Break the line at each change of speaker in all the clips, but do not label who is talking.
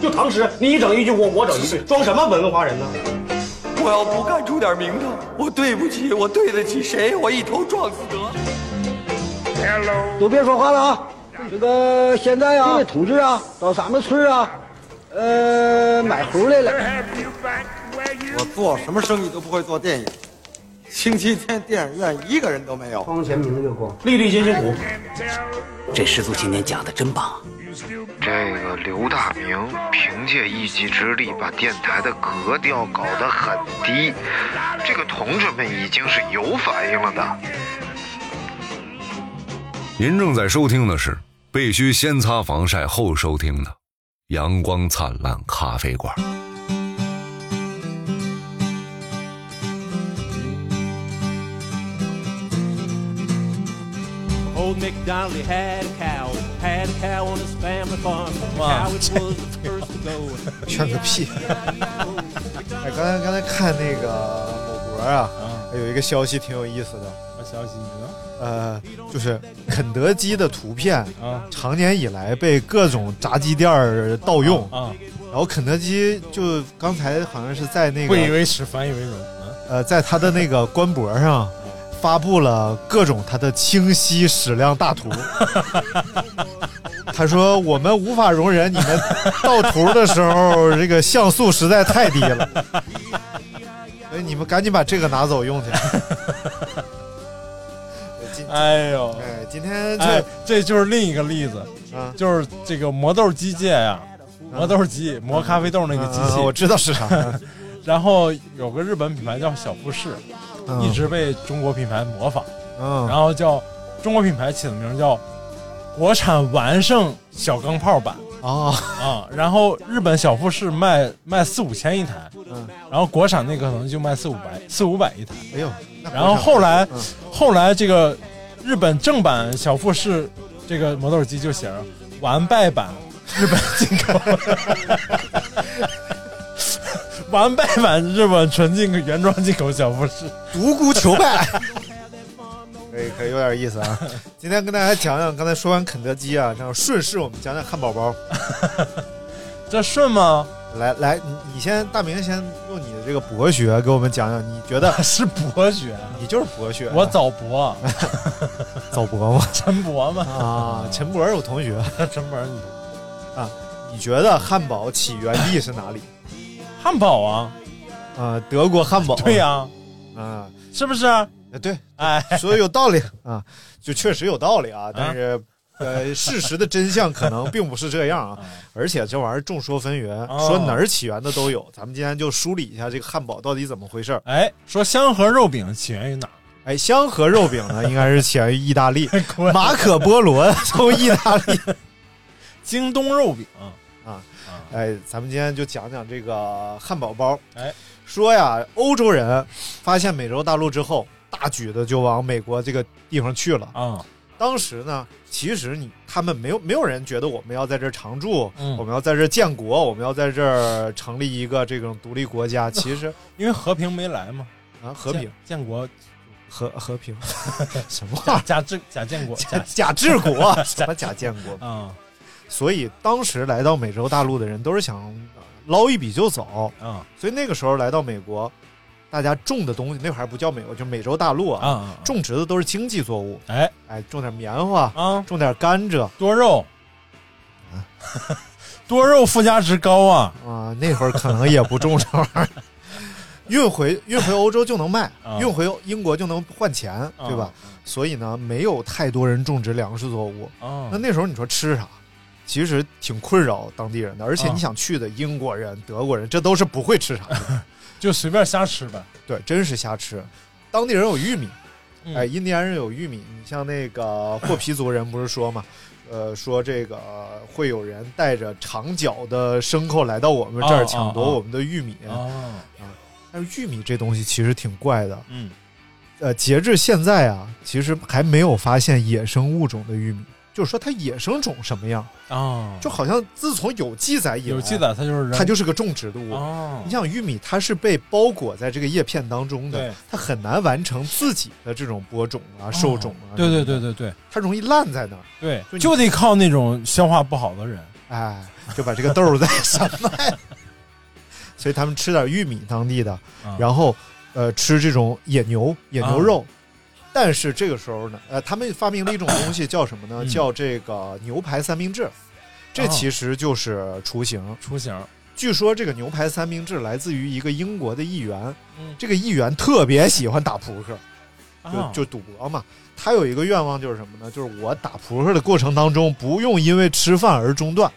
就唐诗，你一整一句，我我整一句，装什么文化人呢？
我要不干出点名堂，我对不起，我对得起谁？我一头撞死得了。
都别说话了啊！
嗯
这个现在啊，这位同志啊，到咱们村啊，呃，买猴来了。
我做什么生意都不会做电影，星期天电影院一个人都没有。
光前明月光，
粒粒皆辛苦，
这师祖今天讲的真棒啊！
这个刘大明凭借一己之力把电台的格调搞得很低，这个同志们已经是有反应了的。
您正在收听的是必须先擦防晒后收听的《阳光灿烂咖啡馆》。
Old McDonald had a cow, had a cow on his family farm. The cow it was the first to go.
圈个屁！ 哎，刚才刚才看那个某博啊，有一个消息挺有意思的，
我消息呢？
呃，就是肯德基的图片
啊
常年以来被各种炸鸡店儿盗用，
啊，
然后肯德基就刚才好像是在那
不以
个
为耻，反以为荣啊！
呃，在他的那个官博上
嗯
发布了各种他的清晰矢量大图。 他说：“我们无法容忍你们盗图的时候，这个像素实在太低 了，所以你们赶紧把这个拿走用 去。今”
哎呦，
哎，今天
哎
这、，
这就是另一个例子，
啊，
就是这个磨豆机械呀、磨豆机磨咖啡豆那个机
啊我
器，
知道是啥，
然后有个日本品牌叫小富士，
嗯
一直被中国品牌模仿，
嗯
然后叫中国品牌起的名叫国产完胜小钢炮版。
哦，
啊，然后日本小富士卖卖四五千一台，
嗯
然后国产那个可能就卖四五百四五百一台，
哎呦，那
然后后来、
嗯
后来这个日本正版小富士这个磨豆机就写着完败版日本进 口，完败版日本纯进口原装进口小富士，
独孤求败。 可以，可以，有点意思啊！ 今天跟大家讲讲，刚才说完肯德基啊，然后顺势我们讲讲汉堡包。
这顺吗？
来来，你你先，大明先用你的这个博学给我们讲讲，你觉 得
是博学，
你就是博学啊，
我早博，
早博吗？
陈博嘛，
啊，陈博有同学，
陈博你
你觉得汉堡起源地是哪里？
汉堡啊，
啊，德国汉堡。
对呀、
啊，
是不是？
对，
哎。
说的有道理啊，就确实有道理啊，但是。呃，事实的真相可能并不是这样啊，而且这玩意儿众说纷纭，
哦
说哪儿起源的都有。咱们今天就梳理一下这个汉堡到底怎么回事儿。
哎，说香河肉饼起源于哪儿？ 哎
哎，香河肉饼呢，应该是起源于意大利，
滚
马可波罗从意大利。
京东肉饼，
哎，咱们今天就讲讲这个汉堡包。
哎，
说呀，欧洲人发现美洲大陆之后，大举的就往美国这个地方去了。
啊，
当时呢，其实你他们没有没有人觉得我们要在这儿常住，
嗯
我们要在这儿建国，我们要在这儿成立一个这种独立国家。其实
因为和平没来嘛，
啊，和平
建建国
和和平， 什么玩意
假假
儿？
治假建 国
假
假
假治国，什么假建国？
啊
所以当时来到美洲大陆的人都是想呃捞一笔就走，
啊
所以那个时候来到美国，大家种的东西那会儿还不叫美国，就美洲大陆
啊
啊，
啊！
种植的都是经济作物，
哎
哎，种点棉花，
啊，
种点甘蔗
多肉，多肉附加值高啊
啊，那会儿可能也不种这玩意儿。运回运回欧洲就能卖
啊，
运回英国就能换钱，对吧？所以呢，没有太多人种植粮食作物。
啊
那！那时候你说吃啥，其实挺困扰当地人的。而且
啊
你想去的英国人、德国人，这都是不会吃啥的，
就随便瞎吃呗。
对，真是瞎吃。当地人有玉米，
嗯
哎，印第安人有玉米。你像那个霍皮族人不是说嘛，呃，说这个呃会有人带着长脚的牲口来到我们这
啊啊
儿抢
啊
夺我们的玉米。
啊，
但是玉米这东西其实挺怪的，
嗯，
呃，截至现在啊，其实还没有发现野生物种的玉米，就是说它野生种什么样，
啊，
就好像自从有记载以来，
有记，载，它就是人
它就是个种植物。
啊
你，想玉米，它是被包裹在这个叶片当中的
对，哦
它很难完成自己的这种播种啊、受种啊。
对对对，对对
它容易烂在那儿。
对，
你
就得靠那种消化不好的人
哎，就把这个豆儿再 上麦，所以他们吃点玉米当地的，
嗯
然后呃吃这种野牛野牛肉。但是这个时候呢，呃，他们发明了一种东西，叫什么呢？
嗯
叫这个牛排三明治。这
哦
其实就是雏形。
雏形。
据说这个牛排三明治来自于一个英国的议员，
嗯
这个议员特别喜欢打扑克，
啊
就就赌博嘛。他有一个愿望就是什么呢？就是我打扑克的过程当中不用因为吃饭而中断。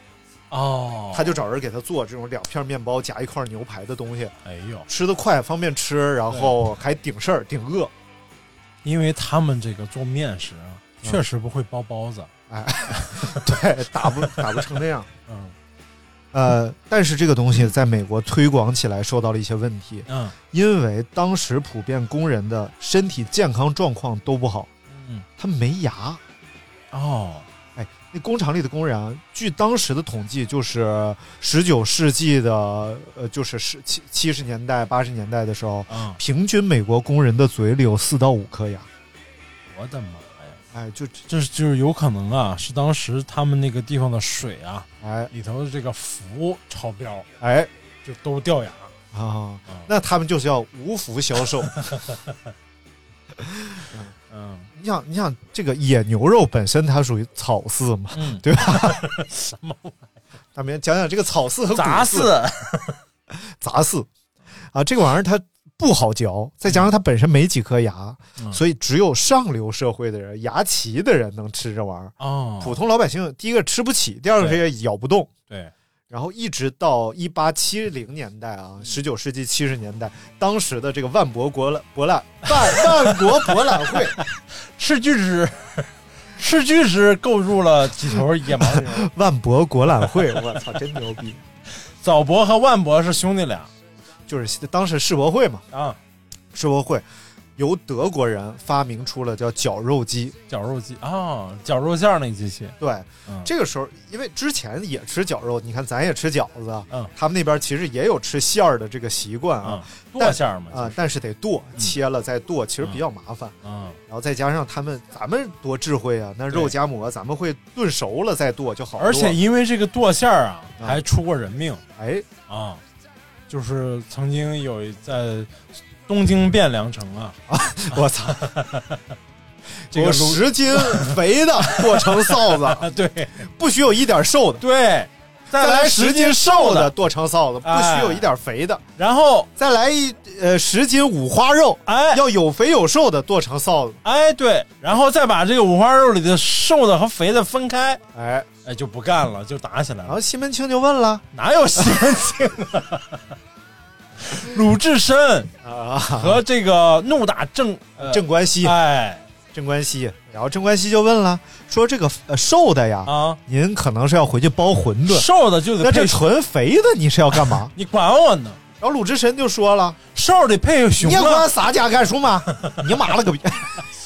哦，
他就找人给他做这种两片面包夹一块牛排的东西，
哎呦，
吃得快，方便吃，然后还顶事儿，顶 饿。
因为他们这个做面食啊，确实不会包包子。
哎，对，打不打不成这样。
嗯
呃，但是这个东西在美国推广起来受到了一些问题，
嗯
因为当时普遍工人的身体健康状况都不好，
嗯，
他们没牙。
哦，
哎，那工厂里的工人啊，据当时的统计，就是十九世纪的，呃，就是十七七十年代、八十年代的时候，
嗯，
平均美国工人的嘴里有四到五颗牙。
我的妈呀，
哎，就
这是就是有可能啊，是当时他们那个地方的水啊
哎
里头的这个氟超标，
哎
就都掉牙。
啊
嗯，
那他们就是要无福消受。
嗯
你想，你想这个野牛肉本身它属于草饲嘛，
嗯，
对吧？
什么玩意
咱们讲讲这个草饲和
儿杂
饲
饲？
杂饲啊，这个玩意儿它不好嚼，再加上它本身没几颗牙，
嗯
所以只有上流社会的人、牙齐的人能吃这玩意儿。普
哦，
通老百姓，第一个吃不起，第二个是也咬不动。
对，
然后一直到一八七零年代啊，十九世纪七十年代，当时的这个万博博览博览万万国博览 会，
斥巨资， 斥巨资购入了几头野牦 牛。
万博博览会，我操，真牛逼！
早博和万博是兄弟俩
就是当时世博会嘛，
啊，
世博会由德国人发明出了叫绞肉机。
绞肉机啊，绞肉馅儿那机器。
对，
嗯，
这个时候因为之前也吃绞肉，你看咱也吃饺子，
嗯
他们那边其实也有吃馅儿的这个习惯啊
啊，剁馅儿嘛，
啊
其，实
但是得剁，
嗯
切了再剁，其实比
嗯
较麻烦。
嗯
然后再加上他们，咱们多智慧啊！那
对
肉夹馍，咱们会炖熟了再剁就好多
而且因为这个剁馅儿啊，
啊
还出过人命
哎，
啊，就是曾经有一在东京汴梁城啊，
我操，
这个
我
鲁
十斤肥的剁成臊
啊，
子，
对
不许有一点瘦的；
对，再
来
来
十
十斤
斤瘦
瘦
的
的，
剁成臊子，不
哎
许有一点肥的；
然后
再来一呃十斤五花肉，
哎
要有肥有瘦的剁成臊子。
哎对，然后再把这个五花肉里的瘦的和肥的分开，
哎，
哎就不干了，就打起来
然
了
后。西门庆就问了
哪有西门庆啊？鲁智深
啊，
和这个怒打郑呃
镇关西，
哎
镇关西，然后镇关西就问了，说这个呃瘦的呀，
啊，
您可能是要回去包馄饨。
瘦的就
那
得
这
配，？
纯肥的你是要干嘛
你管我呢？
然后鲁智深就说了
瘦的配：“熊
你也管
了，
洒家干 什么？你妈了个逼！”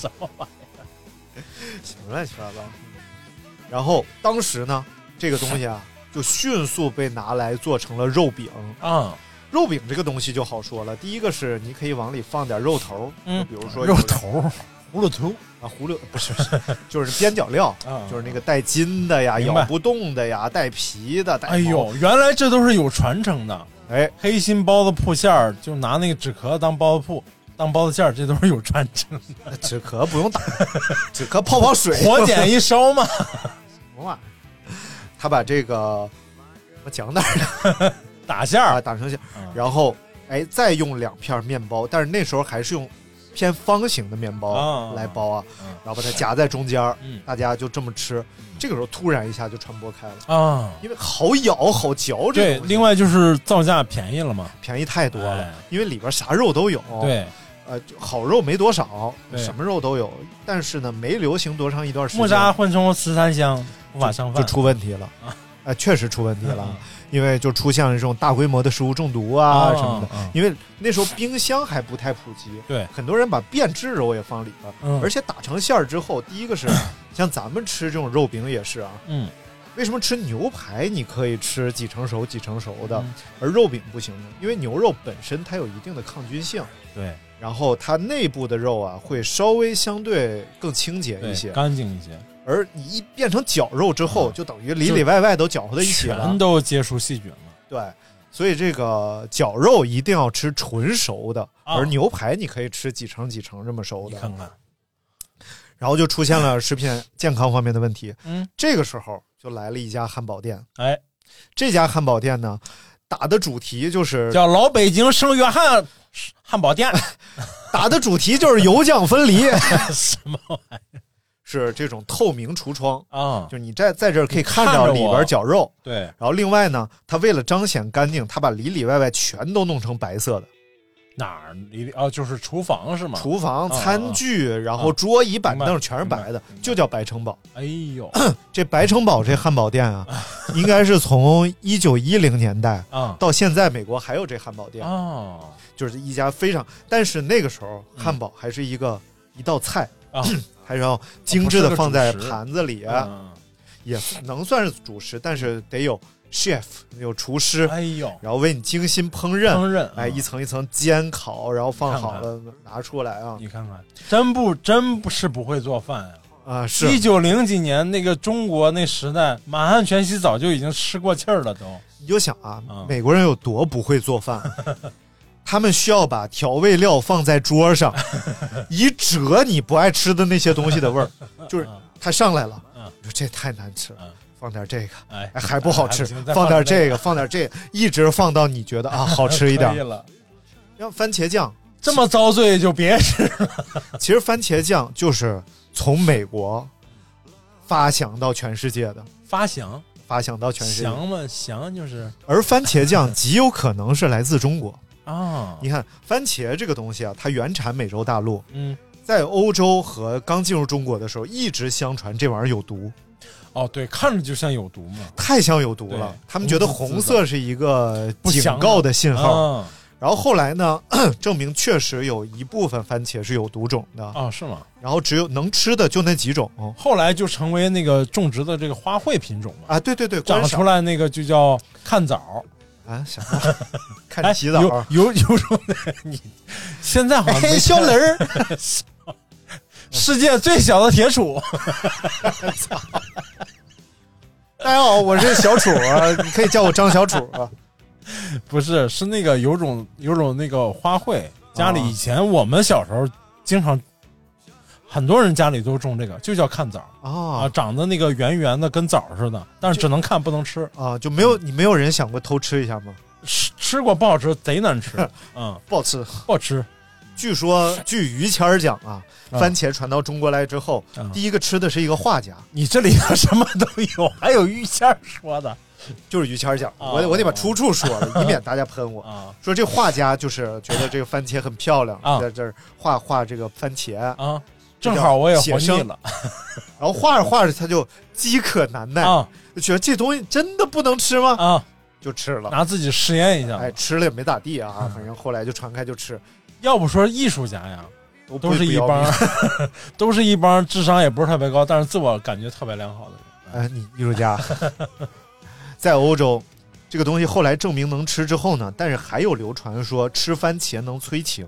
什么玩意儿？什么乱七八糟。然后当时呢，这个东西啊，就迅速被拿来做成了肉饼。
啊，
肉饼这个东西就好说了，第一个是你可以往里放点肉头，
嗯
就比如说
肉
有
头儿、葫芦头
啊，葫芦 不是，不是就是边角料，
啊，
就是那个带筋的呀，
明
咬
白
不动的呀，带皮的，带
哎
毛
呦，原来这都是有传承的。
哎，
黑心包子铺馅儿，就拿那个纸壳当包子铺，当包子馅儿，这都是有传 承。
那纸壳不用打， 纸壳泡泡水，
火 碱一烧嘛，
什么玩意儿他把这个我讲哪儿了
打馅
啊？
儿，
打成馅儿，
嗯
然后哎，再用两片面包，但是那时候还是用偏方形的面包
啊
来包啊，
嗯
然后把它夹在中 间儿，
嗯
大家就这么吃。这个时候突然一下就传播开了，
啊，
因为好咬好嚼，这
对
个，东西
另外就是造价便宜了嘛，
便宜太多了
哎，
因为里边啥肉都有。，
对，
呃，就好肉没多少，
对
什么肉都有，但是呢，没流行多长一段时间，
木渣混充十三香，无法上
就
饭，
出问题了。哎，确实出问题了
嗯，
因为就出现了这种大规模的食物中毒啊什么的。
的
因为那时候冰箱还不太普及，
嗯对
很多人把变质肉也放里边，
嗯
而且打成馅儿之后，第一 个是像咱们吃这种肉饼也是啊，
嗯，
为什么吃牛排你可以吃几成熟几成熟的，
嗯
而肉饼不行呢？因为牛肉本身它有一定的抗菌性，
对
然后它内部的肉啊会稍微相对更清洁一
对，
些，
干净一些，嗯
而你一变成绞肉之后，就等于里里外外都搅和在一起了，
全都接触细菌了。
对，所以这个绞肉一定要吃纯熟的，
啊
而牛排你可以吃几成几成这么熟的。
看看，
然后就出现了食品健康方面的问题。
嗯，
这个时候就来了一家汉堡店，
哎，
这家汉堡店呢，打的主题就是
叫老北京圣约翰汉堡 店，
打的主题就是油酱分离，
什么玩意
是这种透明橱窗，
儿啊？
就你在在这儿可以看
看
着
着
里
我
边绞肉。
对，
然后另外呢，他为了彰显干净，他把里里外外全都弄成白色的，
哪儿离哦，就是厨房是吗？
厨房、
啊
餐具，然后桌椅板
明
凳
白
全是白
明
的
白明白，
就叫白城堡。
哎 呦
这白城堡这汉堡 店啊，应该是从一九一零年代
啊
到现在，美国还有这汉堡店，
啊
就是一家非常，但是那个时候汉堡还是一个一道菜，
啊！
还是要精致的放在
哦不是个主食
盘子里，啊
嗯
也能算是主食，但是得有 chef 有厨师，
哎呦，
然后为你精心烹饪，
烹饪
哎，
嗯
一层一层煎烤，然后放好
看
了拿出来啊
你看看，真不真不是不会做饭呀、
啊是
一九零几年那个中国那时代，满汉全席早就已经吃过气儿了都。
你就想啊
嗯，
美国人有多不会做饭， 他们需要把调味料放在桌上， 以遮你不爱吃的那些东西的 味儿。就是它上来了，你说这太难吃了
嗯，
放点这个，
哎
哎还不好吃
还不行再，
放
放
点
点
这
这
个，放点这个，一直放到你觉 得啊好吃一
可以
点。
了，
像番茄酱，
这么遭罪就别吃
其实番茄酱就是从美国发祥到全世界的，
发祥
发祥到全世界。
祥嘛，祥就是
而番茄酱极有可能是来自中国。
啊，
你看，番茄这个东西啊，它原产美洲大陆，
嗯，
在欧洲和刚进入中国的时候，一直相传这玩意儿有毒，
哦对，看着就像有毒嘛，
太像有毒了
对。
他们觉得红色是一个警告的信号。
啊
然后后来呢， 证明确实有一部分番茄是有毒种的，
啊是吗？
然后只有能吃的就那几种
后来就成为那个种植的这个花卉品种嘛，
啊。对对对，
长
观赏
出来那个就叫看枣，
啊，想到看
哎，
洗澡。啊
有有有种 你现在好像没
哎，小
看
雷儿，
世界最小的铁杵，
大家好，我是小楚啊，你可以叫我张小楚啊。
不是，是那个有种有种那个花卉，家里以前我们小时候经常，很多人家里都种这个，就叫看枣啊，
啊
长得那个圆圆的，跟枣似的，但是只能看不能吃，
啊，就没有你没有人想过偷吃一下吗？
吃吃过不好吃，贼难 吃，嗯，
不好吃。
不好吃，
据说，据于谦儿讲啊，
啊
番茄传到中国来之后，
嗯
第一个吃的是一个画家，
你这里头什么都有，还有于谦儿说的
就是于谦儿讲，
哦
我得我得把出处说了，以免大家喷我。
啊
说这画家就是觉得这个番茄很漂亮，
啊
在这儿画画这个番茄，然
啊，正好我也
写
活腻
生
了
后画着画着他就饥渴难耐，
啊
就觉得这东西真的不能吃吗？
啊，
就吃了。
拿自己实验一下，
哎，吃了也没咋地啊，反正后来就传开就吃，
要不说艺术家呀，
都不
都是
不
一
要
帮
命。，
都是一帮智商也不是特别高，但是自我感觉特别良好的人。
哎，你艺术家， 在欧洲，这个东西后来证明能吃之后呢，但是还有流传说吃番茄能催情，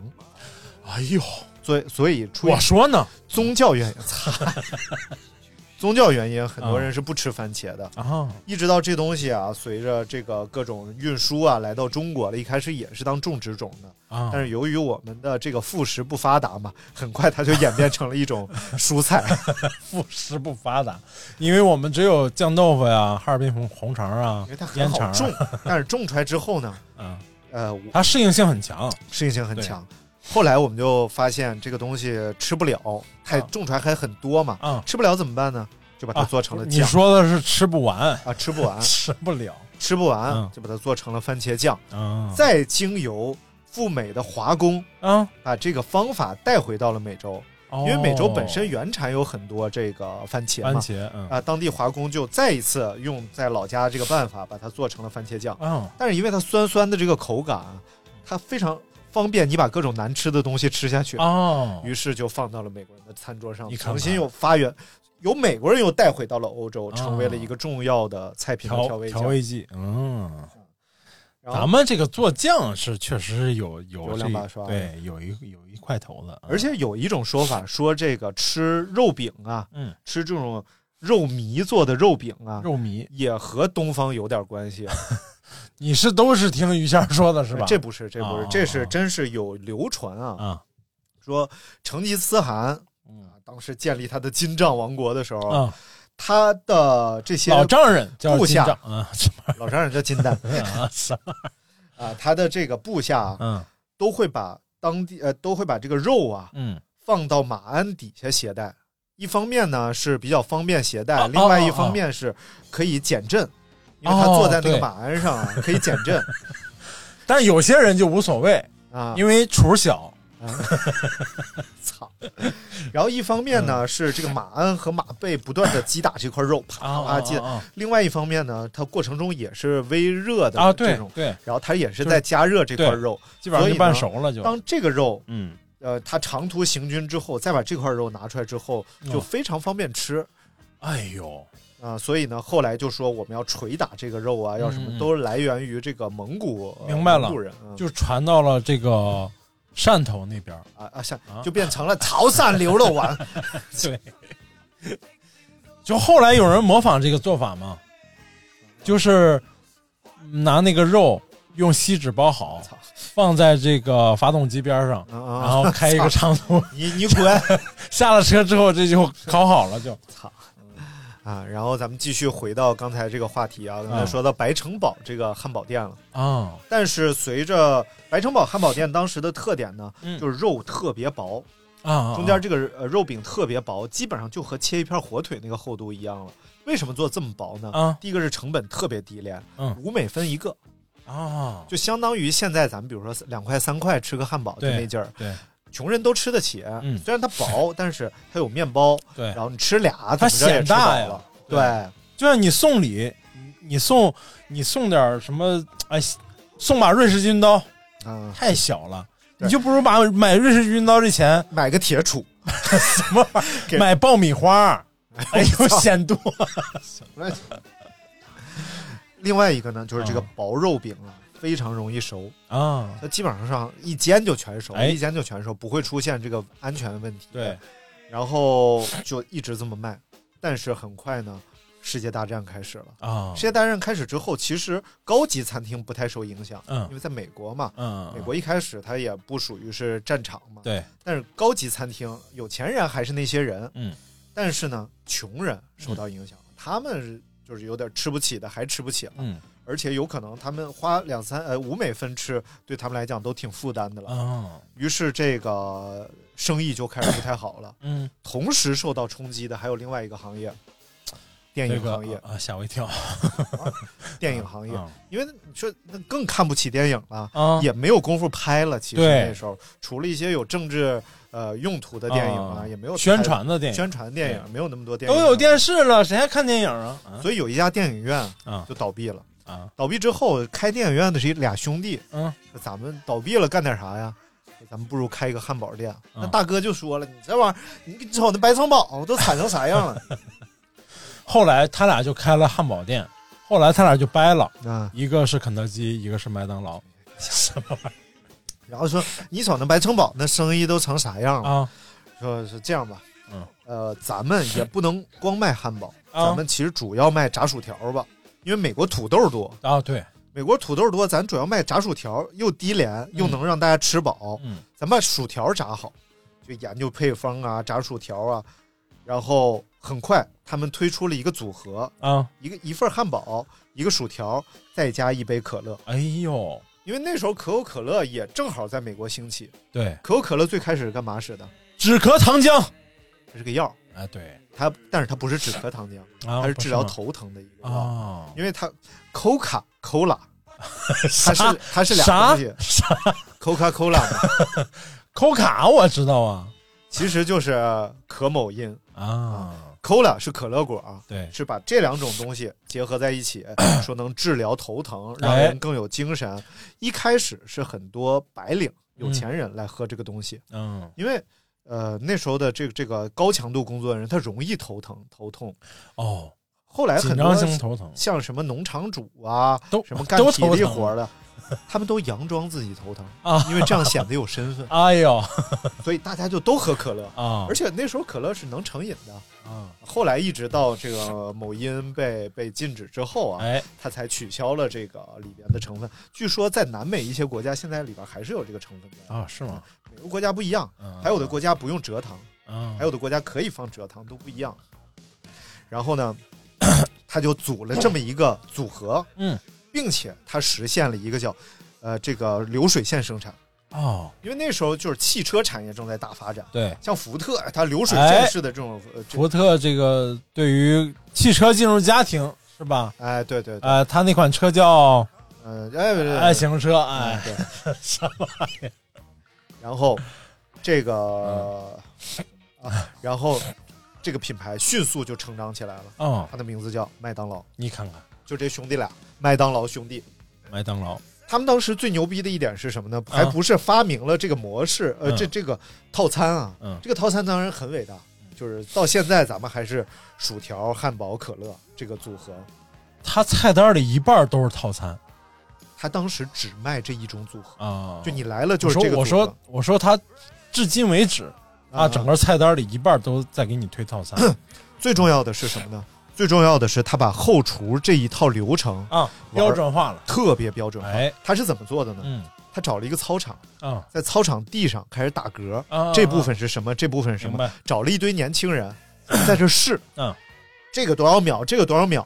哎呦，
所以所以出于
我说呢
宗教原因，擦 宗教原因，很多人是不吃番茄的。
啊，
一直到这东西啊，随着这个各种运输啊，来到中国了，一开始也是当种植种的，
啊
但是由于我们的这个副食不发达嘛， 很快它就演变成了一种蔬 菜。
副食不发达，因为我们只有酱豆腐呀、哈尔滨红红肠啊
因为它、很
腌肠
好
啊
种，但是种出来之后呢，
啊，
呃，我
它适应性很强。
适应性很
对
强。后来我们就发现这个东西吃不了，太
啊
种出来还很多嘛，
啊
吃不了怎么办呢？就把它
啊
做成了
你
酱
说的是吃不完，，
啊，吃不完
吃不了
吃不完
嗯
就把它做成了番茄酱，
啊
再经由赴美的华工
啊，
把这个方法带回到了美洲，
哦
因为美洲本身原产有很多这个番茄
番
嘛，
茄，嗯
啊，当地华工就再一次用在老家这个办法把它做成了番茄酱，
啊
但是因为它酸酸的这个口感啊，它非常方便你把各种难吃的东西吃下去。
哦
于是就放到了美国人的餐桌上，
你看看
重新又发源，由美国人又带回到了欧洲，
啊
成为了一个重要的菜品和
调
味
调
酱。
味剂，嗯。
然后
咱们这个做酱是确实有有
有
这
两把刷
对，有一有一块头的，嗯
而且有一种说法说，这个吃肉饼啊，
嗯
吃这种肉糜做的肉饼啊，
肉糜
也和东方有点关系啊。
你是都是听于谦说的是吧？
这不是，这不是，
啊
这是真是有流传哦啊，
啊
说成吉思汗啊，当时建立他的金帐王国的时候，
啊，
他的这些
老丈人叫
呃部
金
下
帐，啊，什么
老丈人叫金 蛋
玩意儿啊什么玩意
啊，他的这个部下啊
儿嗯
都会把当地呃都会把这个肉啊
嗯，
放到马鞍底下携带。一方面呢是比较方便携带，
啊
另外一
啊
方
啊
面是可以减震，因为他坐在那个
哦对
马鞍上啊、可以减 震
但有些人就无所谓，
啊。
因为厨小，
操！然后一方面呢、是这个马鞍和马背不断的击打这块肉，啪啪
啊
啪击打
啊啊
另外一方面呢，它过程中也是微热的
啊，
这
对
种，
对，
然后它也是在加热这块
就是
肉。
基本上
所以
就
呢
半熟了就，
当这个肉
嗯
呃它长途行军之后，再把这块肉拿出来之后，就
嗯
非常方便吃。
哎呦，
啊、所以呢，后来就说我们要捶打这个肉啊，要什
嗯嗯
么都来源于这个蒙古、呃
明白了
蒙古人，嗯
就传到了这个汕头那边儿，
啊啊，像
啊
就变成了潮汕牛肉丸
对，就后来有人模仿这个做法嘛，就是拿那个肉用锡纸包好
操，
放在这个发动机边上，
啊
然
啊！
后开一个长 途，
你 你滚
下了车之后这就烤好了就，
啊！然后咱们继续回到刚才这个话题啊，刚才
嗯
说到白城堡这个汉堡店了。
啊，
但是随着白城堡汉堡店当时的特点呢，
嗯
就是肉特别薄，
啊，
中间这个呃肉饼特别薄，基本上就和切一片火腿那个厚度一样了。为什么做这么薄呢？
啊
第一个是成本特别低廉，
嗯
五美分一个，
啊，
就相当于现在咱们比如说两块三块吃个汉堡就
对
那劲儿，
对
穷人都吃得起。
嗯
虽然它薄，但是它有面包，
对
然，后你吃俩，怎
它
么着也
显
吃饱
大呀
了。
对就像你送礼，你你送你送点儿什么，哎，送把瑞士军刀
嗯，
太小了。
对
你就不如把买瑞士军刀这钱
买个铁杵，
什么玩意儿？买爆米 花，哎呦，显多
另外一个呢，就是这个
嗯
薄肉饼啊，非常容易熟，
啊！
它基本上一煎就全熟，
哎
一煎就全熟，不会出现这个安全问题。
对，，
然后就一直这么卖，但是很快呢，世界大战开始了。
啊
世，界大战开始之后，其实高级餐厅不太受影响，
嗯
因为在美国嘛，
嗯，
美国一开始它也不属于是战场嘛，
对，
但是高级餐厅有钱人还是那些人，
嗯，
但是呢，穷人受到影响，他们就是有点吃不起的，还吃不起了，
嗯
而且有可能他们花两三呃五美分吃，对他们来讲都挺负担的了，
啊，
于是这个生意就开始不太好了。
嗯，
同时受到冲击的还有另外一个行业，电
这
影
个
行业，
啊吓我一跳，
电影行业，
啊
因为你说那更看不起电影了。
啊
也没有功夫拍了，其实
对
那时候除了一些有政治呃用途的电影
啊
啊，也没有
宣
太
传的电影
宣传电影，没有那么多电
都
影啊
有电视了，谁还看电影啊？啊
所以有一家电影院
啊
就倒闭了。
啊
倒闭之后，开电影院的是一俩兄弟，
嗯
说咱们倒闭了干点啥呀？说咱们不如开一个汉堡店。
啊
那大哥就说了，你这玩意儿，你瞅那白城堡都惨成啥样了
后来他俩就开了汉堡店，后来他俩就掰了，
啊？
一个是肯德基，一个是麦当劳，什么玩
然后说你瞅那白城堡那生意都成啥样
意儿
了？
啊？
说是这样吧，
嗯，
呃，咱们也不能光卖汉堡，
啊
咱们其实主要卖炸薯条吧，因为美国土豆多，
啊，对，
美国土豆多，咱主要卖炸薯条，又低廉，又能让大家吃饱，
嗯
咱把薯条炸好，就研究配方啊，炸薯条啊，然后很快他们推出了一个组合，
啊，
一个一份汉堡，一个薯条，再加一杯可乐，
哎呦，
因为那时候可口可乐也正好在美国兴起，
对，
可口可乐最开始是干嘛使的？
止咳糖浆，
它是个药。
哎，对，
它，但是它不是止咳糖浆，
啊
它是治疗
不是
头疼的一个
吗
药，
啊，
因为它 Coca Cola，它
啥
是它是
啥
俩东西，Coca Cola 嘛
抠卡我知道啊
其实就是可某因
啊，
，Cola 是可乐果啊，
对
是把这两种东西结合在一起，说能治疗头疼，让
哎
人更有精神。一开始是很多白领、有钱人来喝这个东西，
嗯，
因为呃那时候的这个这个高强度工作的人，他容易头疼头痛。
哦，
后来
紧
很
张
多
性头疼
像什么农场主啊，
都
什么干
都
体
头
力
疼
活儿的，他们都佯装自己头疼
啊
因为这样显得有身份。
哎呦，
所以大家就都喝可乐
啊
而且那时候可乐是能成瘾的。
啊，
后来一直到这个某音被被禁止之后啊，
哎，
它才取消了这个里边的成分。据说在南美一些国家，现在里边还是有这个成分在。
啊，是吗？
每个国家不一样，
嗯
还有的国家不用蔗糖，
啊
还，有的国家可以放蔗糖，都不一样。然后呢， 他就组了这么一个组合，
嗯，
并且他实现了一个叫呃这个流水线生产，
哦，
因为那时候就是汽车产业正在大发展，
对，
像福特它流水线式的这种呃这
哎福特这个对于汽车进入家庭是吧？
哎对对对，
呃，他那款车叫
嗯哎对对
爱情车，
哎
哎，
对，
什么玩意儿？
然后这
嗯
个啊，然后这个品牌迅速就成长起来了，
哦，
它的名字叫麦当劳，
你看看
就这兄弟俩，麦当劳兄弟。
麦当劳，
他们当时最牛逼的一点是什么呢？还不是发明了这个模式，呃，
啊嗯
这这个套餐啊，
嗯
这个套餐当然很伟大，就是到现在咱们还是薯条、汉堡、可乐这个组合，
他菜单里一半都是套餐
他当时只卖这一种组合，
啊。
就你来了就
我
是
说
这个组合
我说我说他至今为止啊，整个菜单里一半都在给你推套餐
最重要的是什么呢？最重要的是他把后厨这一套流程
啊，标准化了，
特别标准化。
哎，
他是怎么做的呢？
嗯
他找了一个操场，
啊
在操场地上开始打嗝，
啊，
这部分是什么？这部分是什
明
么？
白
找了一堆年轻人在这试，
嗯，
这个多少秒，这个多少秒，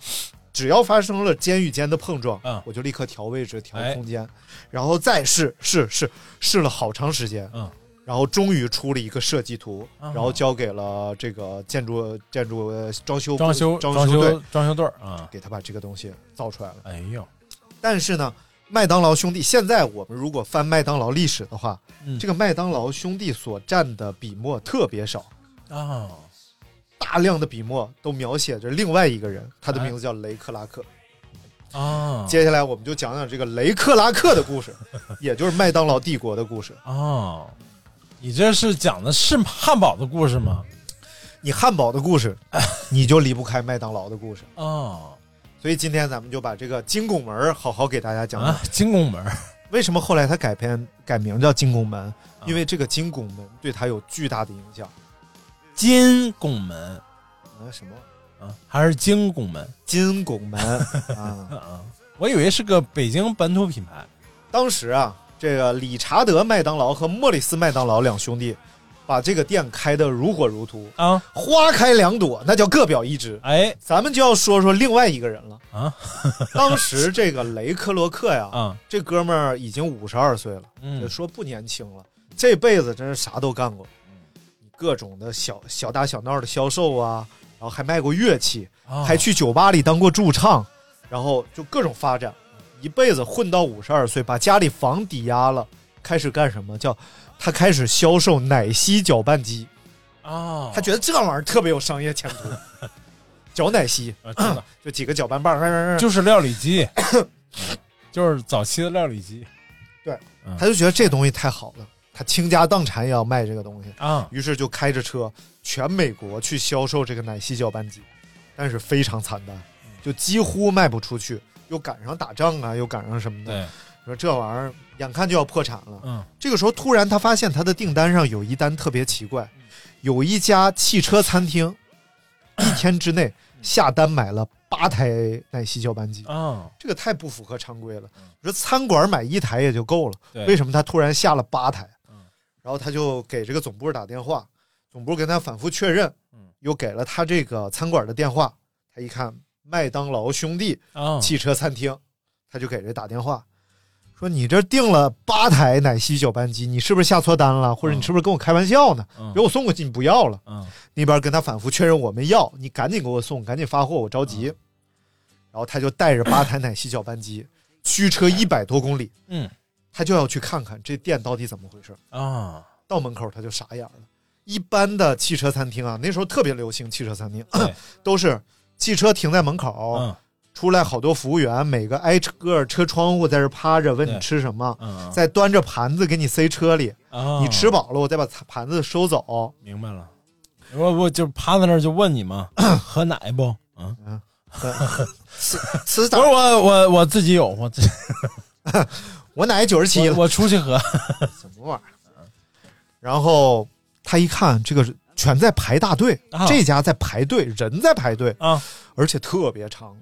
只要发生了肩与肩的碰撞，
嗯
我就立刻调位置、调
哎
空间，然后再试试试试了好长时间，
嗯，
然后终于出了一个设计图，
嗯
然后交给了这个建筑建筑呃装修部
装修
装
装
队，
装修队儿啊，
给他把这个东西造出来了。
哎呦，
但是呢，麦当劳兄弟现在我们如果翻麦当劳历史的话，
嗯
这个麦当劳兄弟所占的笔墨特别少，
啊，
大量的笔墨都描写着另外一个人，他的
哎
名字叫雷克拉克。
啊
接下来我们就讲讲这个雷克拉克 的故事，也就是麦当劳帝国的故事。
啊！你这是讲的是汉堡的故事吗？
你汉堡的 故事，你就离不开麦当劳的故事。
啊
所以今天咱们就把这个金拱门儿好好给大家讲讲
啊，金拱门儿
为什么后来他改编改名叫金拱
啊
门，因为这个金拱门对他有巨大的影响。
金拱门
啊，什么？
啊，还是金拱门
金拱 门啊。
啊？我以为是个北京本土品牌
当时啊，这个理查德麦当劳和莫里斯麦当劳两兄弟，把这个店开得如火如荼，
啊！
花开两朵，那叫各表一枝。
哎
咱们就要说说另外一个人了
啊。
当时这个雷克罗克呀，
啊，
这哥们儿已经五十二岁了，
嗯
就说不年轻了，这辈子真是啥都干过，各种的小小打小闹的销售啊，然后还卖过乐器，
啊
还去酒吧里当过驻唱，然后就各种发展，一辈子混到五十二岁，把家里房抵押了，开始干什么？叫他开始销售奶昔搅拌机，
啊，
他觉得这玩意儿特别有商业前途， 搅奶昔
啊知道
就几个搅拌棒，哎
就是料理机，嗯就是早期的料理机
他就觉得这东西太好了，他倾家荡产也要卖这个东西，
啊
于是就开着车全美国去销售这个奶昔搅拌机，但是非常惨淡，
嗯
就几乎卖不出去，又赶上打仗啊，又赶上什么的，
对，
说这玩意儿眼看就要破产了。
嗯
这个时候突然他发现他的订单上有一单特别奇怪，有一家汽车餐厅一天之内下单买了八台奶昔搅拌机，
啊，
这个太不符合常规了。你说餐馆买一台也就够了，
对，
为
什
什么他突然下了八台
嗯？
然后他就给这个总部打电话，总部跟他反复确认
嗯，
又给了他这个餐馆的电话。他一看麦当劳兄弟
啊
汽车餐厅，他就给这打电话，说你这订了八台奶昔搅拌机，你是不是下错单了？或者你是不是跟我开玩笑呢？
嗯
给我送过去，你不要了。
嗯
那边跟他反复确认我们要，你赶紧给我送，赶紧发货，我
嗯
着急。然后他就带着八台奶昔搅拌机，驱车一百多公里，
嗯
他就要去看看这店到底怎么回事。
啊
到门口他就傻眼了。一般的汽车餐厅啊，那时候特别流行汽车餐厅
对，
都是汽车停在门口，
嗯
出来好多服务员，每个挨个车窗户在这趴着，问你
对
吃什么，
嗯
再端着盘子给你塞车里，
啊，
你吃饱了我再把盘子收 走。
明白了，我我就趴在那儿就问你 嘛，喝奶不？嗯，
吃吃
不
早
是我我我自己有，我自己
我奶九十七了
我出去喝，
什么玩意儿？然后他一看，这个全在排大队，
啊
这家在排队，人在排队
啊，嗯
而且特别长。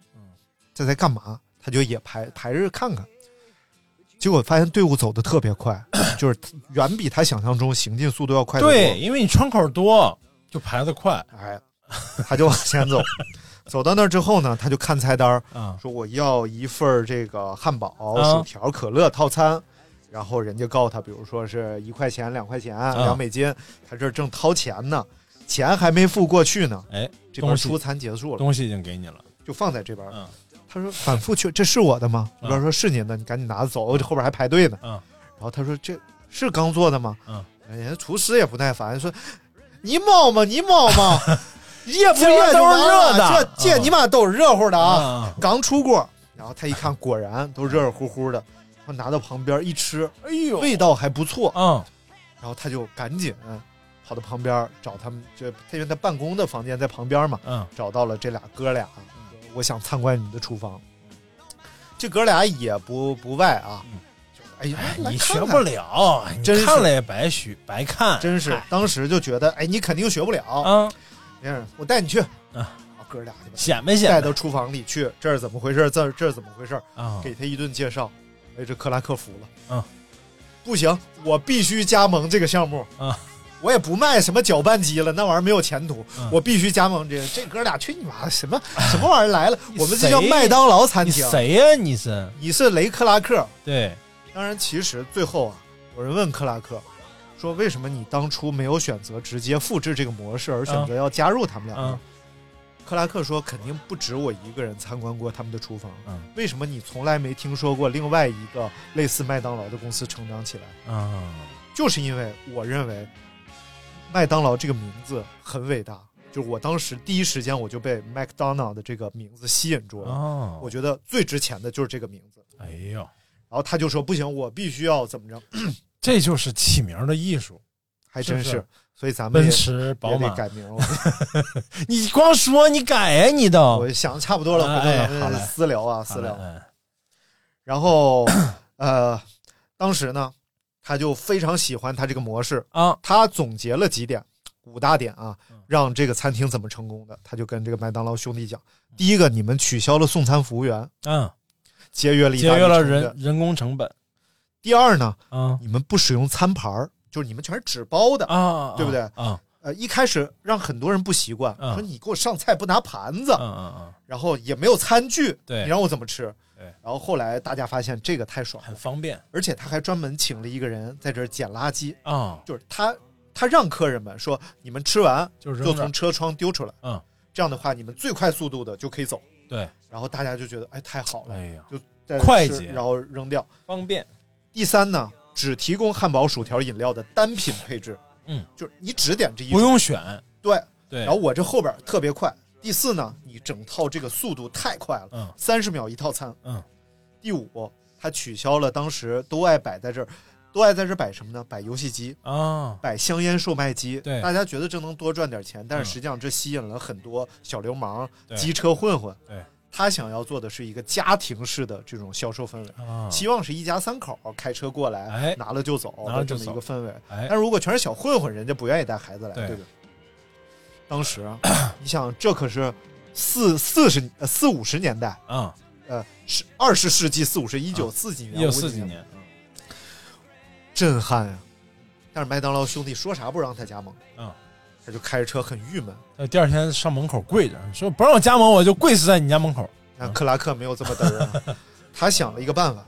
这在干嘛？他就也排排着看看。结果发现队伍走的特别 快，就是远比他想象中行进速度要快得多。
对，因为你窗口多，就排的快
哎，他就往前走。走到那儿之后呢，他就看菜单儿，
啊
说我要一份儿这个汉堡、
啊
薯条、可乐套餐。然后人家告诉他，比如说是一块钱、两块钱、
啊
两美金，他这儿正掏钱呢，钱还没付过去呢。
哎，
这边
东西
出餐结束了，
东西已经给你了，
就放在这边。
嗯
他说反复确，这是我的吗？
嗯
我边说是您的，你赶紧拿着走，这后边还排队呢。
嗯
然后他说这是刚做的吗？
嗯，
人家厨师也不耐烦，说你冒吗？你冒 吗？热不
这玩意儿
热就
都是
完
热
了
的
这这
嗯
你妈都是热乎的啊！
啊，
刚出锅，然后他一看，果然都热热乎乎的。他拿到旁边一吃，
哎呦，
味道还不错，
嗯
然后他就赶紧跑到旁边找他们，这因为他办公的房间在旁边嘛，
嗯
找到了这俩哥俩，啊我想参观你的厨房。这哥俩也不不外啊，就哎呀，
嗯哎，
来
你
看
学
看哎
不，了，你
真是
看了也白学白看，
真是
哎
当时就觉得，哎，你肯定学不了。
啊，
那样，我带你去。
啊
啊，哥俩就
显摆显
带
摆
到厨房里去，这是怎么回事？这这是怎么回事？
啊，
给他一顿介绍，哎，这克拉克服了。
嗯，
不行，我必须加盟这个项目。
啊，
我也不卖什么搅拌机了，那玩意儿没有前途。
嗯
我必须加盟这个。这哥俩去你妈的什么什么玩意儿来了？
你
我们这叫
谁
麦当劳餐
你
厅。
谁呀？你是
你是雷克拉克。
对，
当然，其实最后啊，有人问克拉克说：“为什么你当初没有选择直接复制这个模式，而选择要加入他们两个？”
嗯
克拉克说：“肯定不止我一个人参观过他们的厨房。
嗯
为什么你从来没听说过另外一个类似麦当劳的公司成长起来？
啊，
就是因为我认为麦当劳这个名字很伟大，就是我当时第一时间我就被 McDonald 这个名字吸引住了。
哦，
我觉得最值钱的就是这个名字。”
哎呦，
然后他就说：“不行，我必须要怎么着？”
这就是起名的艺术，
还真
是不是
所以咱们
奔
也
驰、宝
也得
马，
改名，
你光说你改呀，你
我
都
我想得差不多了，回头
哎
咱
好嘞
们私聊啊，私聊。
哎
然后呃，当时呢，他就非常喜欢他这个模式，
啊，
他总结了几点，五大点啊
嗯，
让这个餐厅怎么成功的，他就跟这个麦当劳兄弟讲，第一个，你们取消了送餐服务员，
嗯，
节约了一
节
大笔
约了
成
人
本
人工成本
第二呢，
啊
你们不使用餐盘儿，就是你们全是纸包的。
啊，
对不对
啊啊
呃，一开始让很多人不习惯，
嗯
说你给我上菜不拿盘子
啊，啊，
然后也没有餐具，
对
你让我怎么吃？
对
然后后来大家发现这个太爽
很
了，
方便
而且他还专门请了一个人在这儿捡垃圾，
啊，
就是他他让客人们说，你们吃完
就
就
扔着
从车窗丢出来，
嗯，
这样的话你们最快速度的就可以走。
对，
然后大家就觉得哎太好了，
哎呀，
就在这
快
吃
捷
然后扔掉。
方便
第三呢，只提供汉堡、薯条、饮料的单品配置，
嗯，
就是你只点这一
不
种，
用选，
对，
对，
然后我这后边特别快。第四呢，你整套这个速度太快了，
嗯
三十秒一套餐。
嗯，
第五，他取消了当时都爱摆在这儿，都爱在这儿摆什么呢？摆游戏机，
啊，
摆香烟售卖机。
对
大家觉得这能多赚点钱，但
嗯
是实际上这吸引了很多小流氓、
对
机车混混。
对，
他想要做的是一个家庭式的这种销售氛围。
啊，
希望是一家三口开车过来，
哎
拿了就走，
拿了就
这么
走
一个氛围。
哎
但如果全是小混混，人家不愿意带孩子来，
对
对不对？当时啊， 你想，这可是四四十呃四五十年代，
啊，
呃，是二十世纪四五十一九四几年，
一九
50
四几年，
嗯震撼呀、但是麦当劳兄弟说啥不让他加盟，
嗯，
他就开着车很郁闷。
呃，第二天上门口跪着，说不让我加盟，我就跪死在你家门口。
那克拉克没有这么嘚儿啊， 他想了一个办法，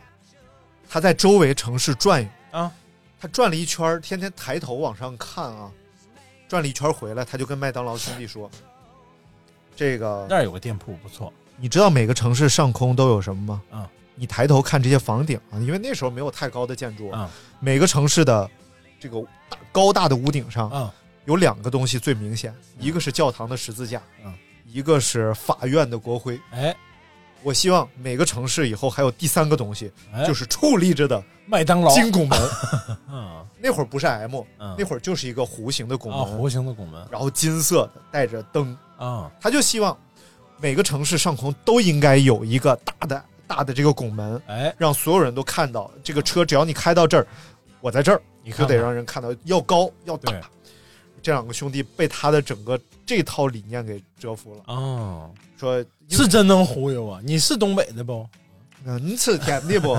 他在周围城市转悠
啊，
他转了一圈儿，天天抬头往上看啊，转了一圈儿回来，他就跟麦当劳兄弟说：“这个
那儿有个店铺不错，
你知道每个城市上空都有什么吗？
嗯，
你抬头看这些房顶啊，因为那时候没有太高的建筑，啊
嗯
每个城市的这个大高大的屋顶上、
啊
有两个东西最明显，一个是教堂的十字架，
嗯，
一个是法院的国徽。
哎
我希望每个城市以后还有第三个东西，
哎，
就是矗立着的
麦当劳，
金拱门。
嗯
那会儿不是 M，、
嗯，
那会儿就是一个弧形的 拱
啊，
门，
弧形的拱门
然后金色的，带着灯。
啊，
他就希望每个城市上空都应该有一个大的大的这个拱门，
哎，
让所有人都看到这个车，只要你开到这儿，我在这儿，你就
看看
得让人看到，要高要大。这两个兄弟被他的整个这套理念给折服了，
哦，
说
是真能忽悠啊！你是东北的不？
嗯，吃甜的 不？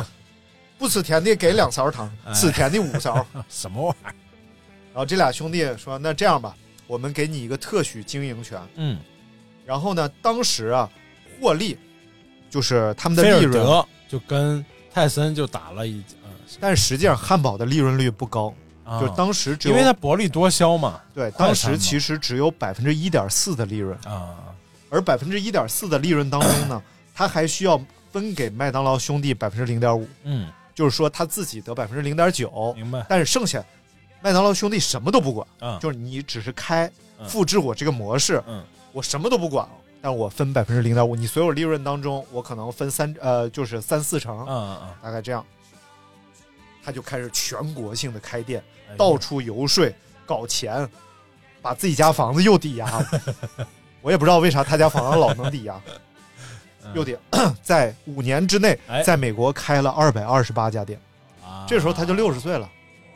不吃甜的给两勺糖，
哎
吃甜的五勺。
什么玩意儿？
然后这俩兄弟说：“那这样吧，我们给你一个特许经营权。
嗯，”
然后呢，当时啊，获利就是他们的
菲
利
尔
润，
德就跟泰森就打了一架，呃
但实际上汉堡的利润率不高，
啊
就是当时只
因
有
为他薄利多销嘛。
对，
快
当
餐
时
嘛
其实只有百分之一点四的利润，
啊，
而百分之一点四的利润当中呢，他还需要分给麦当劳兄弟百分之零点五，
嗯，
就是说他自己得百分之零点九，
明白。
但是剩下麦当劳兄弟什么都不管，
嗯
就是你只是开
嗯
复制我这个模式，
嗯
我什么都不管，但我分百分之零点五，你所有利润当中，我可能分三呃就是三四成，
嗯嗯
大概这样。他就开始全国性的开店，
嗯，
到处游说、搞钱，把自己家房子又抵押 了。我也不知道为啥他家房子老能抵押，又抵 在五年之内
嗯哎，
在美国开了二百二十八家店。
啊
这时候他就六十岁了，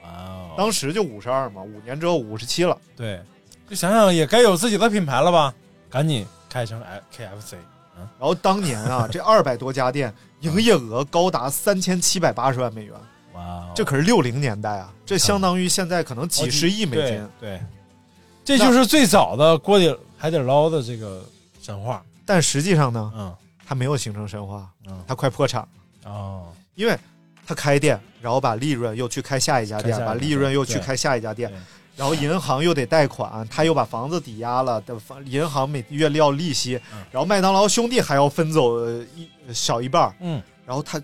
哇哦
当时就五十二嘛，五年之后五十七了。
对，就想想也该有自己的品牌了吧？赶紧开成 F KFC
然后当年 啊，这二百多家店营业额高达三千七百八十万美元，
哇嗯哦！
这可是六零年代啊，这相当于现在可能几十亿美金。
嗯对，对这就是最早的锅底海底捞的这个神话。
但实际上呢，
嗯
它没有形成神话，
嗯
它快破产了。
哦，
因为他开店，然后把利润又去开下一家
开下一，
店
家
把利润又去开下一家店
对，
然后银行又得贷款，他又把房子抵押了，的房银行每月要利息
嗯，
然后麦当劳兄弟还要分走呃一小一半儿，
嗯
然后他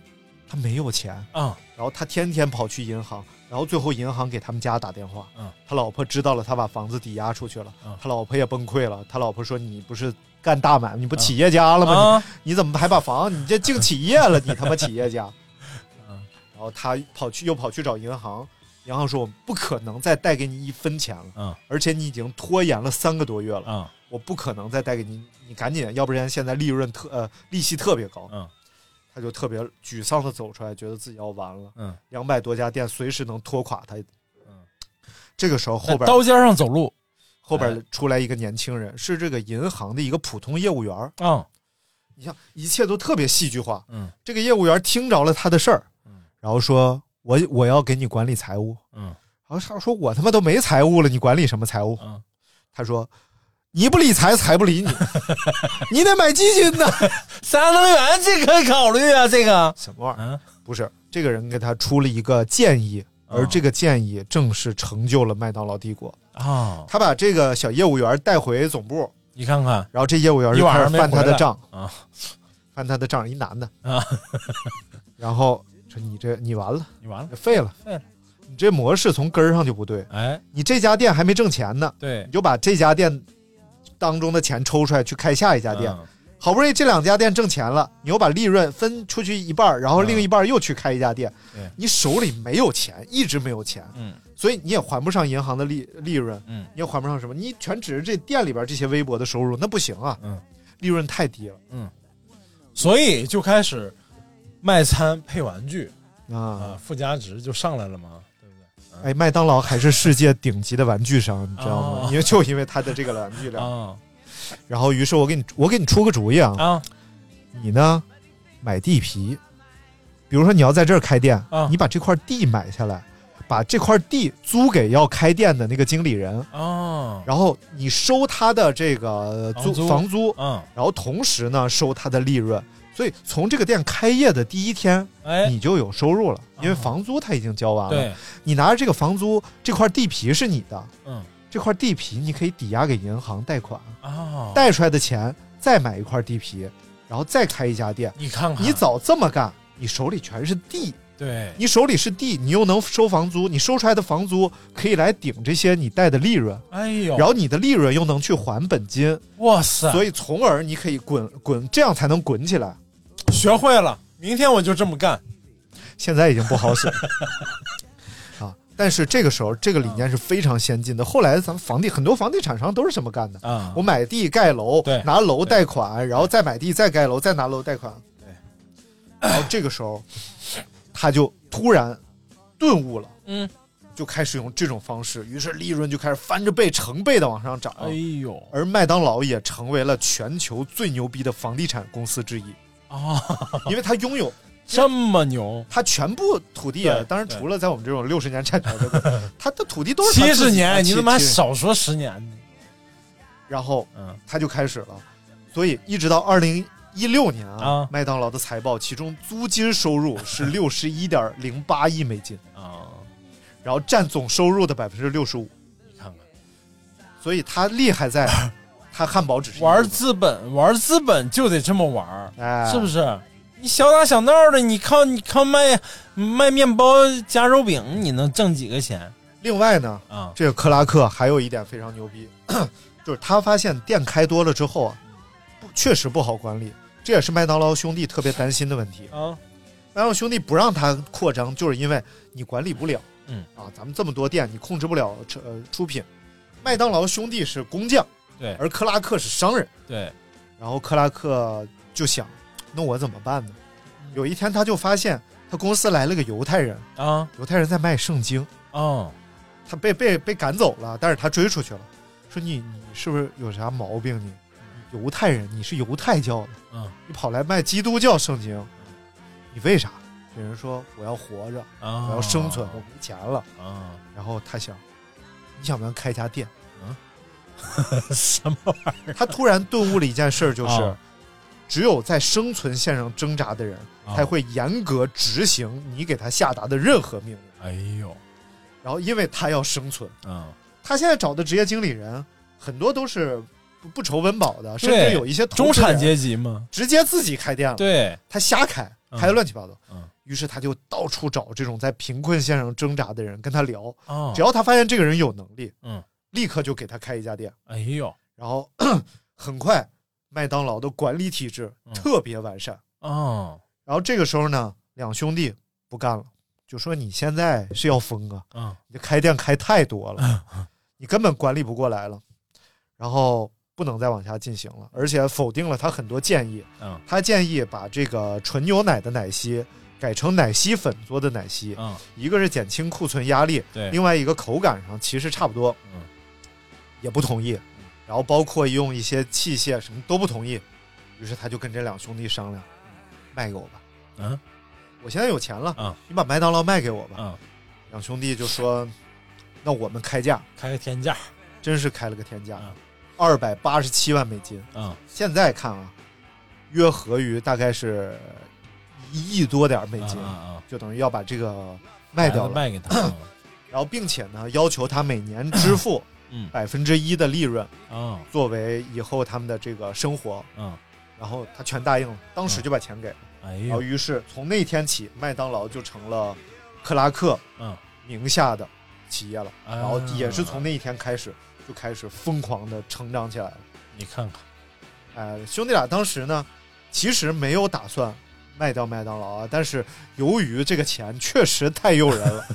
他没有钱，
啊
然后他天天跑去银行，然后最后银行给他们家打电话，
嗯
他老婆知道了，他把房子抵押出去了，
嗯
他老婆也崩溃了，他老婆说你不是干大买卖，你不企业家了吗？你
啊
你怎么还把房？你这净企业了，你他妈企 业家。嗯然后他跑去又跑去找银行，银行说我不可能再贷给你一分钱了，
嗯
而且你已经拖延了三个多月了，
啊
我不可能再贷给你，你赶紧，要不然现在利润特呃利息特别高。
嗯
他就特别沮丧的走出来，觉得自己要完了，
嗯，
两百多家店随时能拖垮他。
嗯
这个时候后边
刀哎尖上走路
后边出来一个年轻人，是这个银行的一个普通业务员儿，
啊，
你像一切都特别戏剧化。
嗯
这个业务员听着了他的事儿
嗯，
然后说：“我我要给你管理财务。
嗯”
然后他说：“我他妈都没财务了，你管理什么财务
嗯，？”
他说：“你不理财，财 不理你，你得买基金呢。
三能源这可以考虑啊，这个”
什么玩意儿？
嗯
不是，这个人给他出了一个建议，而这个建议正是成就了麦当劳帝国。
啊，
他把这个小业务员带回总部，
你看看
然后这业务员
一
就
晚
开
上
始
没
翻他
回
的
来
账，
啊
翻他的账，一男的，
啊，
然后说：“你这你完了，
你完了，
废了，
废了，
你这模式从根儿上就不对。”
哎，
你这家店还没挣钱呢，
对
你，就把这家店当中的钱抽出来去开下一家店。
嗯
好不容易这两家店挣钱了，你又把利润分出去一半儿，然后
嗯
另一半儿又去开一家店，
对
你手里没有钱，一直没有钱，
嗯
所以你也还不上银行的利利润，
嗯
你也还不上什么，你全指着这店里边这些微薄的收入，那不行啊，
嗯，
利润太低了
所以就开始卖餐配玩具啊，
啊。
附加值就上来了嘛，对不对？
哎，麦当劳还是世界顶级的玩具商，你知道吗
哦？
因为就因为它的这个玩具 量，
啊
然后于是我给你我给你出个主意啊，
啊
你呢，买地皮，比如说你要在这儿开店，
啊
你把这块地买下来，把这块地租给要开店的那个经理人，
啊
然后你收他的这个租
房租
房租，
啊！
然后同时呢收他的利润。所以从这个店开业的第一天，
哎，
你就有收入了，因为
哦
房租他已经交完了。
对，
你拿着这个房租，这块地皮是你的，
嗯
这块地皮你可以抵押给银行贷款，
啊，
贷出来的钱再买一块地皮，然后再开一家店。
你看看，
你早这么干，你手里全是地，
对，
你手里是地，你又能收房租，你收出来的房租可以来顶这些你贷的利润，
哎呦，
然后你的利润又能去还本金，
哇塞，
所以从而你可以滚滚，这样才能滚起来。
学会了，明天我就这么干。
现在已经不 好使啊，但是这个时候这个理
啊
念是非常先进的。后来咱们房地很多房地产商都是这么干的。
啊
我买地盖楼
对，
拿楼贷款，然后再买地再盖楼，再拿楼贷款。然后这个时候，他就突然顿悟了，
嗯，
就开始用这种方式，于是利润就开始翻着倍、成倍的往上涨。
哎呦
而麦当劳也成为了全球最牛逼的房地产公司之 一，
啊，
因为它拥有
这么牛，
它全部土地啊
对，
当然
对
除了在我们这种六十年 产权的，它的土地都是它
七
自己
十
啊
年，你
70
他妈
70
少说十年，
然后
嗯，
他就开始了，所以一直到二零一六年啊
啊，
麦当劳的财报，其中租金收入是六十一点零八亿美 金，
啊，
然后占总收入的百分之六十五。
你看看，
所以它厉 害在，它汉堡只是一
玩
部分
资本，玩资本就得这么玩儿，
哎，
是不？是？你小打小闹的，你靠你靠卖卖面包夹肉饼，你能挣几个钱
另外呢，
啊？
这个克拉克还有一点非常牛逼，就是他发现店开多了之后啊，不确实不好管理，这也是麦当劳兄弟特别担心的问题。
啊，
然后兄弟不让他扩张，就是因为你管理不了。
嗯
啊，咱们这么多店，你控制不了这呃出品。麦当劳兄弟是工匠，
对
而克拉克是商人。
对，
然后克拉克就想，那我怎么办呢？
嗯
有一天他就发现他公司来了个犹太人，
啊，
犹太人在卖圣经，
哦，
他被被被赶走了，但是他追出去了，说你你是不是有啥毛病你？犹太人，你是犹太教的，
嗯，
你跑来卖基督教圣经，你为啥？这人说我要活着，
啊，
我要生存，我没钱了。
啊，
然后他想，你想不想开家店？
什么玩意儿？
他突然顿悟了一件事，就是
啊
只有在生存线上挣扎的人，
啊
才会严格执行你给他下达的任何命令。
哎呦，
然后，因为他要生存，
嗯，
他现在找的职业经理人很多都是不不愁温饱的，甚
对
至有一些
中产
级
阶级嘛，
直接自己开店了，
对，
他瞎开，
嗯
开的乱七八糟。
嗯
于是他就到处找这种在贫困线上挣扎的人，跟他聊。
啊
只，要他发现这个人有能力，
嗯，
立刻就给他开一家店。
哎呦，
然后 很快，麦当劳的管理体制
嗯
特别完善。
啊，
然后这个时候呢，两兄弟不干了，就说你现在是要疯啊，
啊，
你开店开太多了，
嗯
你根本管理不过来了，然后不能再往下进行了，而且否定了他很多建议。
嗯，
他建议把这个纯牛奶的奶昔改成奶昔粉做的奶昔，
嗯，
一个是减轻库存压力，
对，
另外一个口感上其实差不多，
嗯，
也不同意，然后包括用一些器械什么都不同意，于是他就跟这两兄弟商量，卖给我吧，
嗯，
我现在有钱了，
嗯
你把麦当劳卖给我吧。
嗯，
两兄弟就说，那我们开价，
开个天价，
真是开了个天价
嗯，
二百八十七万美金，
嗯，
现在看啊，约合于大概是一亿多点儿美金，
啊啊，
就等于要把这个卖掉了。
卖给他，
然后，并且呢，要求他每年支付
嗯，
百分之一的利润
啊，
作为以后他们的这个生活。
嗯，
然后他全答应了，当时就把钱给了。
哎
然
呦，
后，于是从那天起，麦当劳就成了克拉克
嗯，
名下的企业了。
啊
然后也是从那一天开始，就开始疯狂的成长起来了。
你看看，
呃，兄弟俩当时呢，其实没有打算卖掉麦当劳啊，但是由于这个钱确实太诱人了，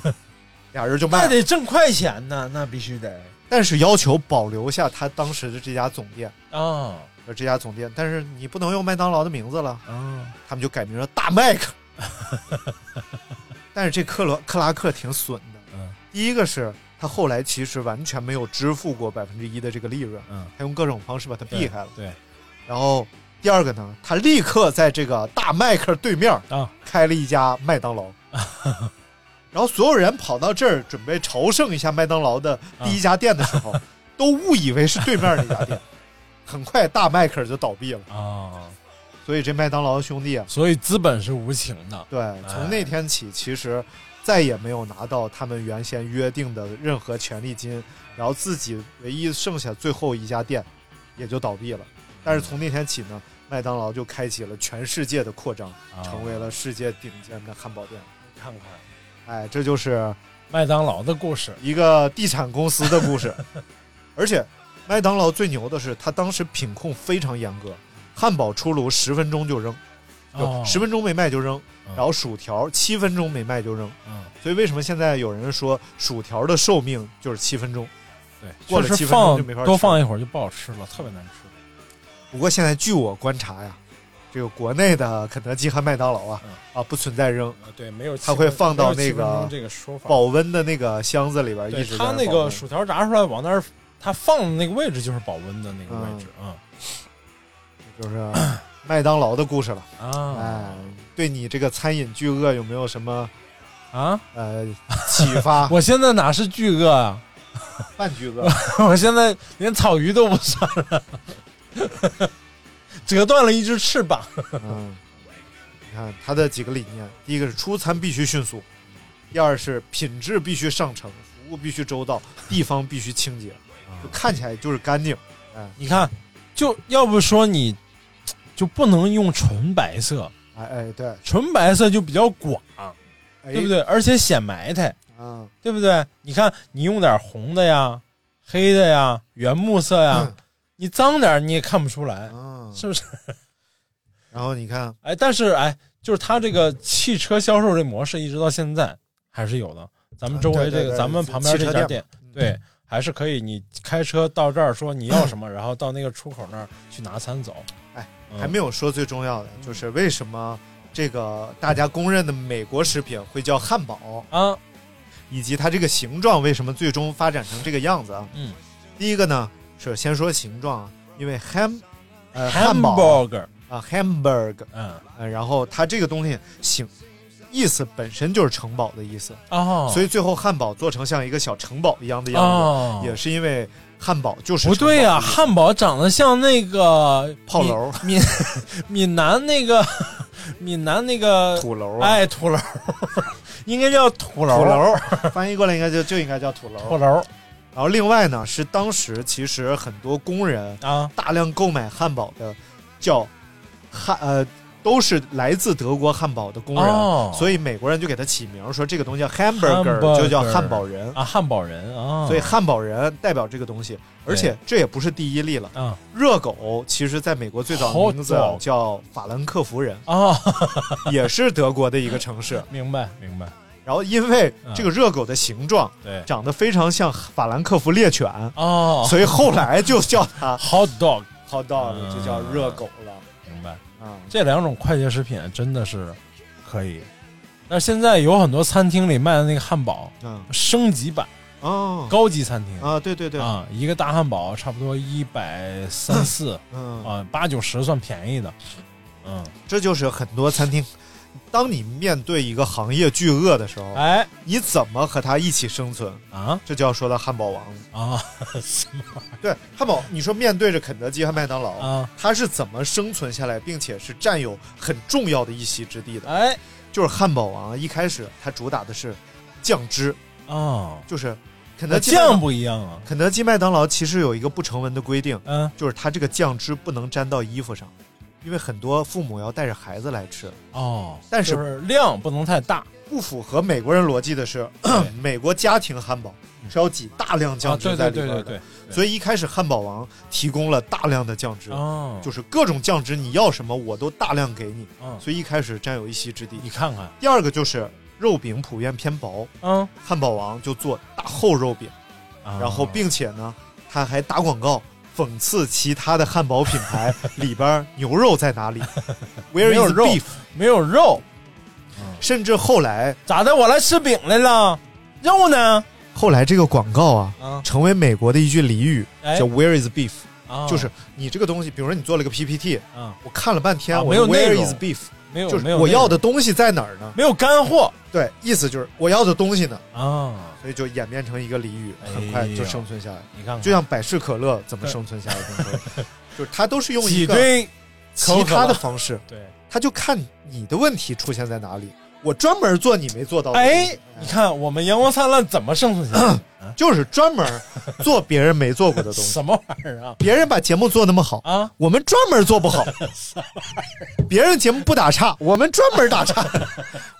俩人就卖
那
了。
得挣快钱呢，那必须得
但是要求保留下他当时的这家总店，
啊
呃，这家总店，但是你不能用麦当劳的名字了，
啊，
他们就改名了大麦克。 但是这克罗克拉克挺损的，
嗯
第一个是他后来其实完全没有支付过百分之一的这个利润，
嗯，
他用各种方式把它避开了。
对
然后第二个呢，他立刻在这个大麦克对面
啊
开了一家 麦当劳，然后所有人跑到这儿准备朝圣一下麦当劳的
嗯
第一家店的时 候，都误以为是对面那家店。很快，大麦克就倒闭了，
啊，
所以这麦当劳兄弟啊，
所以资本是无情的，
对，从那天起，其实再也没有拿到他们原先约定的任何权利金，然后自己唯一剩下最后一家店也就倒闭了。但
嗯
是从那天起呢，麦当劳就开启了全世界的扩张，
啊
成为了世界顶尖的汉堡店。
看看
哎，这就是
麦当劳的故事，
一个地产公司的 故事。而且，麦当劳最牛的是，它当时品控非常严格，汉堡出炉十分钟就扔，
嗯哦
就十分钟没卖就扔，
嗯
然后薯条七分钟没卖就扔。
嗯，
所以为什么现在有人说薯条的寿命就是七分钟？
对，
过了
确实
7分钟
放
就没法吃
多放一会儿就不好吃了，特别难吃。
不过现在据我观察呀，这个国内的肯德基和麦当劳啊
嗯
啊不存在扔，
对，没有七
它会
分
放到
没有
那
七分
个
钟这个说法
保温的那个箱子里边，
对
一直在
它那
保
个
温
薯条炸出来往那儿，它放的那个位置就是保温的那个位置啊
嗯就是麦当劳的故事了。
啊
哎，对你这个餐饮巨鳄有没有什么
啊？
呃启发
我现在哪是巨鳄啊？
半巨鳄，
我现在连草鱼都不算了，折断了一只翅膀。
嗯，你看他的几个理念，第一个是出餐必须迅速，第二是品质必须上乘，服务必须周到，地方必须清洁，
啊
就看起来就是干净。哎
你看，就要不说你就不能用纯白色，
哎哎，对，
纯白色就比较寡，
哎
对不？对？而且显埋汰，
嗯，
对不对？你看，你用点红的呀、黑的呀、原木色呀，你脏点儿你也看不出来，
嗯
是不 是？
然后你看，
哎，但是哎，就是它这个汽车销售这模式一直到现在还是有的。咱们周围
啊对
这
对
个，
对
咱们旁边这家
汽车店，
对，还是可以。你开车到这儿说你要 什么，然后到那个出口那儿去拿餐走。
哎
嗯，
还没有说最重要的，就是为什么这个大家公认的美国食品会叫汉堡，
啊，
以及它这个形状为什么最终发展成这个样子啊？
嗯，
第一个呢是先说形状啊，因为 ham 呃汉堡
hamburger，
啊 hamburg，
嗯，
呃，然后它这个东西形意思本身就是城堡的意思，
哦，
所
以
以最后汉堡做成像一个小城堡一样的样子，
哦
也是因为汉堡就是
不对
呀、
呀、汉堡长得像那个
炮楼
闽闽南那个 闽南那个
土楼啊，
哎土楼， 应该叫土楼
土楼翻译过来应该就就应该叫土楼。
土楼
然后另外呢，是当时其实很多工人
啊
大量购买汉堡的，叫汉呃都是来自德国汉堡的工人，
哦
所以美国人就给它起名说这个东西叫 hamburger，
Hamburger
就叫汉堡人。
啊汉堡人啊，
所以汉堡人代表这个东西，而且这也不是第一例了。
啊
热狗其实在美国最早的名字
Hot dog
叫法兰克福人，
啊，
也是德国的一个城市。
明白明白，
然后因为这个热狗的形状
嗯对
长得非常像法兰克福猎犬，
哦
所以后来就叫 它
hot dog，
hot
嗯
dog，就叫热狗了
明白。
啊。
这两种快捷食品真的是可以，但是现在有很多餐厅里卖的那个汉堡
嗯
升级版，
哦
高级餐厅。
啊，对对对，
啊，一个大汉堡差不多一百三 四
嗯，
啊，八九十算便宜的。嗯，
这就是很多餐厅，当你面对一个行业巨鳄的时候，
哎
你怎么和它一起生存？
啊
这就要说到汉堡王了。
啊， 什么玩意
对，汉堡，你说面对着肯德基和麦当
儿
劳，
啊？
它是怎么生存下来，并且是占有很重要的一席之地的？
哎
就是汉堡王一开始它主打的是酱汁，
啊，
就是肯
那
德基
酱不一样啊。
肯德基、麦当劳其实有一个不成文的规定，
嗯
就是它这个酱汁不能沾到衣服上，因为很多父母要带着孩子来吃。
哦，
但是
就是量不能太大
不符合美国人逻辑的是，美国家庭汉堡是要挤大量
嗯啊。
酱
对
汁在
对
里
对
边
对
的
对，，
所以一开始汉堡王提供了大量的酱汁，
哦，
就是各种酱汁，你要什么我都大量给你，
嗯，
所以一开始占有一席之地
你。看看，
第二个就是肉饼普遍偏薄，
嗯，
汉堡王就做大厚肉饼，
啊
然后并且呢，他还打广告讽刺其他的汉堡品 牌里边儿牛肉在哪里，Where
没有
is
肉嗯
beef？
没有肉，
甚至后来
咋的？我来吃饼来了，肉呢？
后来这个广告啊，
啊
成为美国的一句俚语，
哎
叫 Where is beef？、
啊，
就是你这个东西，比如说你做了个 PPT，
啊，
我看了半天，
啊
我
没有
说 Where
内容
is beef？
没有
就
没
是
有
我
那
要
种
的东西在哪儿呢？
没有干货
对，意思就是我要的东西呢，
啊。
所以就演变成一个俚语，
哎呀
很快就生存下来。
你看看，
就像百事可乐怎么生存下来的， 就是它都是用一
挤
个
兑
其他的方式，
对。
它就看你的问题出现在哪里。我专门做你没做到的，
哎，你看我们阳光灿烂怎么生存下 来？
就是专门做别人没做过的 东西。
什么玩意儿啊？
别人把节目做那么好
啊，
我们专门做不好。别人节目不打岔，我们专门打 岔。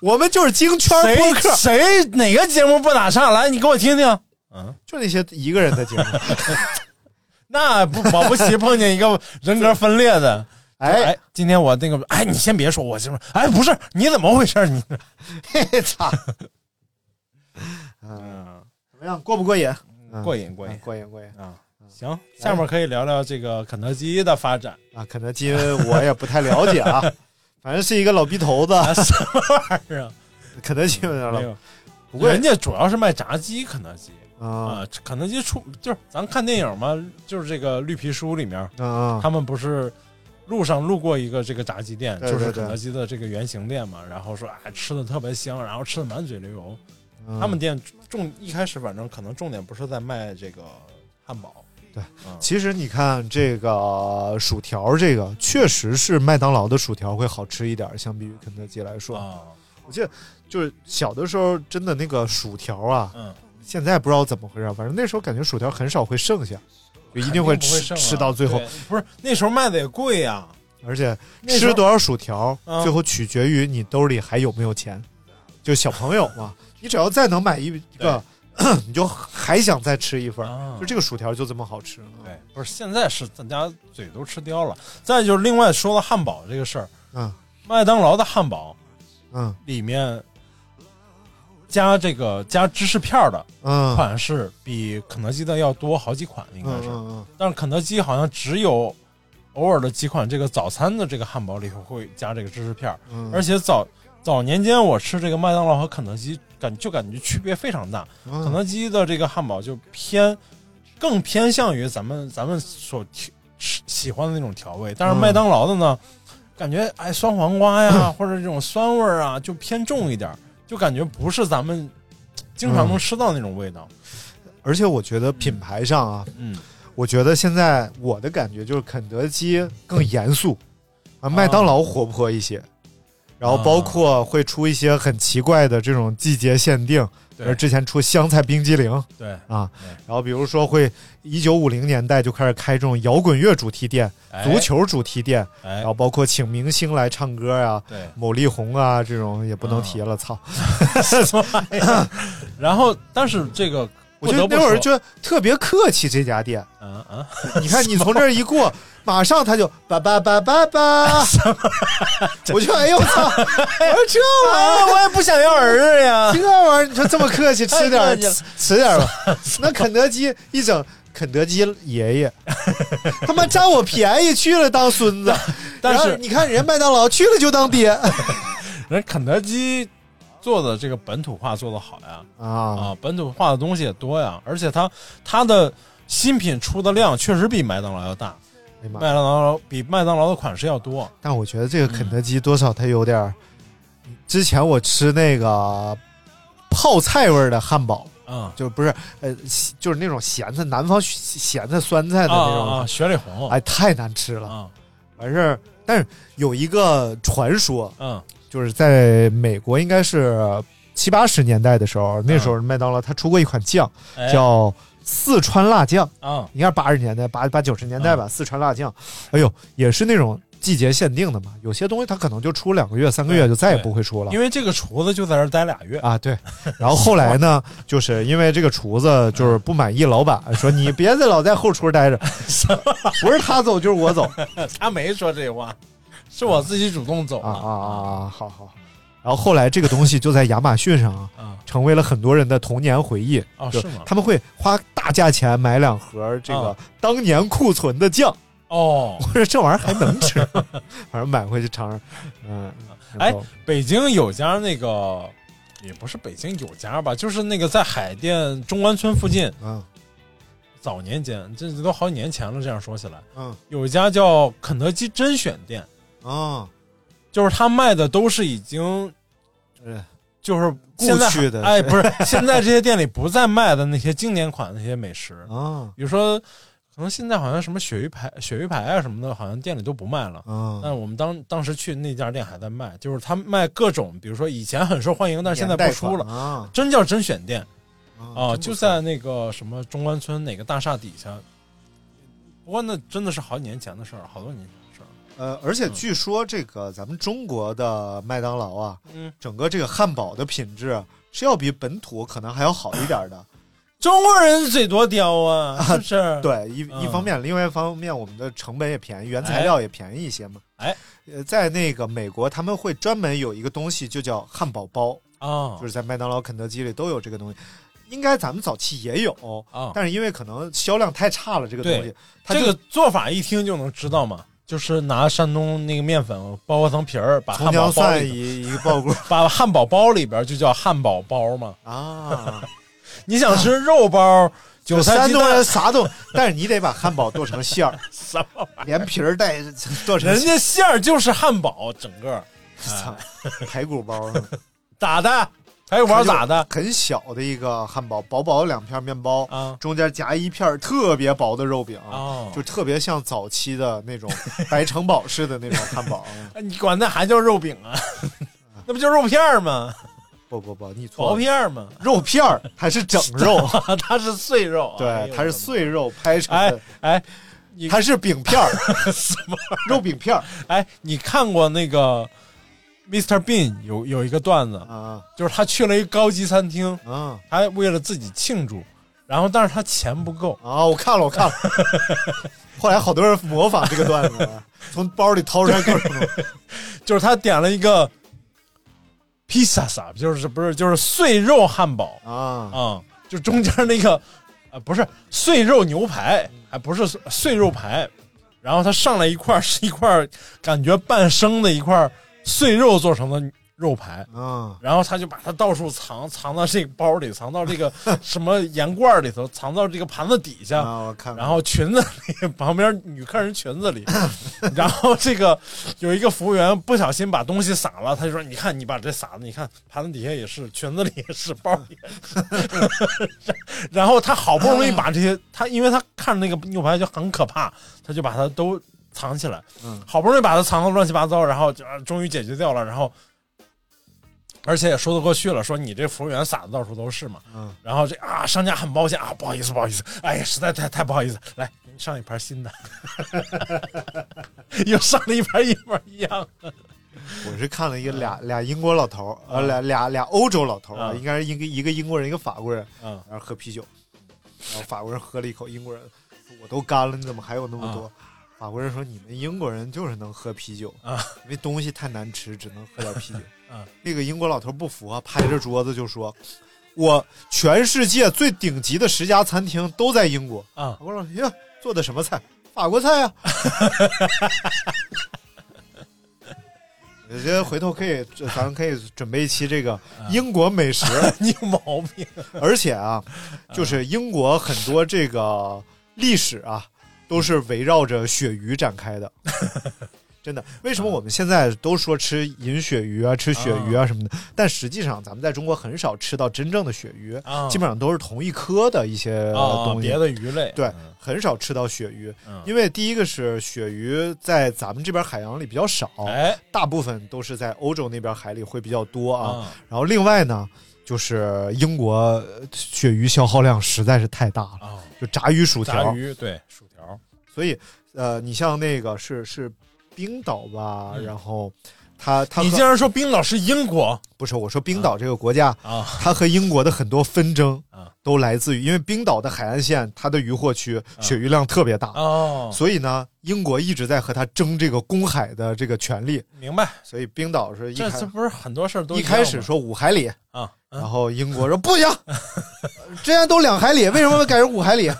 我们就是京圈
谁
播客，
谁哪个节目不打岔？来，你给我听 听。
就那些一个人的 节目。
那不保不齐碰见一个人格分裂的。
哎，
哎，今天我那个，哎，你先别说，我先说，哎，不是，你怎么回事？你
嘿操！嗯，怎么样？过不过瘾？
过瘾过
嗯
瘾
过瘾，过瘾
啊！
哎
行，下面可以聊聊这个肯德基的发 展
啊。肯德基我也不太了解 啊，反正是一个老逼头子，
什么玩意儿啊？
肯德基有点
没有
老，不过
人家主要是卖炸鸡，肯德基
啊
啊，肯德基出就是咱看电影嘛，就是这个绿皮书里面，
啊啊
他们不是路上路过一个这个炸鸡店，
对
就是
对对
肯德基的这个原型店嘛，然后说哎吃的特别香，然后吃的满嘴流油。
嗯
他们店重一开始反正可能重点不是在卖这个汉堡，
其实你看这个呃薯条，这个确实是麦当劳的薯条会好吃一点，相比于肯德基来说。
啊，
我记得就是小的时候，真的那个薯条啊，
嗯，
现在不知道怎么回事，反正那时候感觉薯条很少会剩下，就一
肯
定
不
吃
剩啊
吃到最后，
对不是那时候卖的也贵啊呀、
而且
那时候
吃多少薯条，
嗯
最后取决于你兜里还有没有钱。就小朋友嘛，你只要再能买一一个， 你就还想再吃一份儿。
啊
就这个薯条就这么好吃，
对，不是现在是咱家嘴都吃刁了。再就是另外说到汉堡这个事儿，
嗯
麦当劳的汉堡
嗯
里面加这个加芝士片儿的
嗯，
款式比肯德基的要多好几款，应该
嗯
是。
嗯
但是肯德基好像只有偶尔的几款这个早餐的这个汉堡里头会加这个芝士片儿，
嗯，
而且早早年间我吃这个麦当劳和肯德基感就感觉区别非常大，
嗯
肯德基的这个汉堡就偏更偏向于咱们咱们所提吃喜欢的那种调味，但是
嗯
麦当劳的呢，感觉哎酸黄瓜呀或者这种酸味儿啊就偏重一点儿，就感觉不是咱们经
嗯
常能吃到那种味道。
而且我觉得品牌上啊，
嗯，
我觉得现在我的感觉就是肯德基更严肃，啊，麦当劳活泼一些，然后
啊
包括会出一些很奇怪的这种季节限定，比如
对
之前出香菜冰激凌
对，
啊
对，
然后比如说会一九五零年代就开始开这种摇滚乐主题店、
哎
足球主题店，
哎
然后包括请明星来唱歌呀、
对。啊
某力红啊，这种也不能提了， 操！
然后，但是这个
我觉
不
得
得不
那会儿
说
就特别客气这家店，
嗯嗯，
你看你从这儿 一过，马上他就叭叭叭叭叭，我就哎呦我操！我说这玩意儿，
哎我也不想要儿子呀
这玩意儿，你说这么客气，吃点
哎太客
儿
气了
吃吃点儿吧。那肯德基一整，肯德基 爷爷他妈占我便宜去了当孙子，
但
然后
是
你看人家麦当劳去了就 当爹啊
人肯德基做的这个本土化做的好呀，
啊
啊，本土化的东西也多呀，而且它它的新品出的量确实比麦当劳要大，
哎呀妈
麦！当劳比麦当劳的款式要多。
但我觉得这个肯德基多少它有点儿，
嗯
之前我吃那个泡菜味儿的汉堡，
嗯，
就不是呃，西就是那种咸菜，南方咸菜酸菜的
啊
那种，
啊，雪里红，
哎，太难吃了。
啊
完事儿，但是有一个传说，
嗯
就是在美国应该是七八十年代的时候，那时候麦当劳它出过一款酱
嗯哎
叫四川辣酱，
啊
应该是八十年代八八九十年代
嗯
吧，四川辣酱，哎呦，也是那种季节限定的嘛，有些东西它可能就出两个月、三个月
对
就再也
对
不会出了
因。为这个厨子就在这儿待俩月，
啊，对。然后后来呢， 就是因为这个厨子就是不满意老
嗯
板，说你别再老在后厨待着， 不是他走就是我走
他没说这话，是我自己主动走
啊啊
的。
啊啊！好好。然后后来这个东西就在亚马逊上啊
啊
成为了很多人的童年回忆。
哦
就是
吗
他们会花大价钱买两盒这个
啊
当年库存的酱，
哦，
我说这玩意儿还能 吃，反正买回去尝尝。嗯，
哎
然后
北京有家那个。也不是北京有家吧，就是那个在海淀中关村附近，
嗯
早年间，这都好几年前了。这样说起来，
嗯
有一家叫肯德基甄选店，
啊，
就是他卖的都是已经
呃
就是
故
现在
去的
哎，不是现在这些店里不再卖的那些经典款的那些美食，
啊
比如说可能现在好像什么鳕鱼排、鳕鱼排啊什么的，好像店里都不卖了。
啊，
但我们当当时去那家店还在卖，就是他卖各种，比如说以前很受欢迎，但是现在不出了，
了
真叫甄选店啊、
啊，真不
就
错
在那个什么中关村哪个大厦底下。不过那真的是好几年前的事儿，好多年前的事儿了。
呃，而且据说这个咱们中国的麦当劳啊，
嗯，
整个这个汉堡的品质啊是要比本土可能还要好一点的。
中国人嘴多刁啊，是不是？
对，一
嗯
一方面，另外一方面，我们的成本也便宜，原材料也便宜一些嘛。
哎，
呃，在那个美国，他们会专门有一个东西，就叫汉堡包，
啊
就，是在麦当劳、肯德基里都有这个东西。应该咱们早期也有
啊
但是因为可能销量太差了，这个东西
对，，
它
这
就
个做法一听就能知道嘛，就是拿山东那个面粉包一层皮儿，把
葱
汉堡
姜
包
蒜
里，
一一 个爆锅
把汉堡包里边就叫汉堡包嘛。
啊。
你想吃肉包、韭菜
山
鸡
东人
蛋，
啥都，但是你得把汉堡剁成馅儿，
什么玩意儿？
连皮儿带剁成
人
馅
家馅儿就是汉堡，整个
儿操排骨 包是吗
咋的？还有玩咋的？
很小的一个汉堡，薄薄两片面包，
啊
中间夹一片儿特别薄的肉饼，
哦
就特别像早期的 那种白城堡式的那种汉堡。
哎你管那还叫肉饼啊？ 那不就肉片儿吗？
不不不，你错
薄
了，
片哎儿吗？
肉片儿还是整肉，
它是碎肉啊，哎
对，
呦
它是。碎肉拍成
哎
的，
哎
它是饼片儿，肉饼片儿
哎，你看过那个 Mr. Bean 有有一个段子，
啊
就是他去了一高级餐厅，
啊
他为了自己庆祝，然后但是他钱不够，
啊！我看了，我看了。 后来好多人模仿这个段子，从包里掏出来各种东西
就是他点了一个披萨啥，就是不是就是碎肉汉堡
啊
啊、就中间那个啊不是碎肉牛排，还不是碎肉排，然后他上来一块儿是一块儿感觉半生的一块儿碎肉做成的肉排，
啊
然后他就把它到处藏，藏到这个包里，藏到这 个什么盐罐里头，藏到这个盘子底下，
啊！我看了，
然后裙子里旁边女客人裙 子里，然后这个有一个服务员不小心把东西撒了，他就说：“你看，你把这撒的，你看盘子底下也是，裙子里也是，包里 也是。”然后他好不容易把这些，他因为他看那个牛排就很可怕，他就把它都藏起来，
嗯
好不容易把它藏的乱七八糟，然后就啊终于解决掉了，然后。而且也说得过去了，说你这服务员撒的到处都是嘛，
嗯
然后这啊，商家很抱歉啊，不好意思，不好意思，哎呀，实在太太不好意思，来给你上一盘 新的，又上了一盘一模一样的，
我是看了一个俩俩英国老头儿，呃，俩俩俩欧洲老头儿，
嗯
应该是一个一个英国人，一个法国人，
嗯
然后喝啤酒，然后法国人喝了一口，英国人说我都干了，你怎么还有那么多？
嗯
法国人说你们英国人就是能喝啤酒，
啊
因为东西太难吃，只能喝点啤酒。
嗯
那个英国老头不服啊，拍着桌子就说：“我全世界最顶级的十家餐厅都在英国。”
啊
法国老头呀，做的什么菜？法国菜呀、啊。 我觉得回头可以，咱们可以准备一期这个
嗯
英国美食，
你有毛病
而且啊，
嗯
就是英国很多这个历史啊，都是围绕着鳕鱼展 开的。真的，为什么我们现在都说吃银鳕鱼
嗯
啊、吃鳕鱼啊什么的？但实际上，咱们在中国很少吃到真正的鳕鱼，
啊
基本上都是同一科的一些
啊，
呃东西。
别的鱼类，
对，很少吃到鳕鱼，
嗯
因为第一个是鳕鱼在咱们这边海洋里比较少，
哎，
大部分都是在欧洲那边海里会比较多啊。
啊
然后另外呢，就是英国呃鳕鱼消耗量实在是太大了，
啊，
就炸鱼薯
炸
条，
鱼对，薯条，
所以呃，你像那个是是冰岛吧，
嗯
然后它它
你
和
竟然说冰岛是英国
不是我说冰岛这个国家，
啊
它和英国的很多纷争
啊
都来自于，因为冰岛的海岸线它的渔获区鳕
嗯
鱼量特别大。
哦，
所以呢，英国一直在和他争这个公海的这个权利。
明白，
所以冰岛是一
这
开
这不是很多事儿都
一
样吗
开始说五海里，
啊，嗯
然后英国说 不行，之前都两海里，为什么改成五海里？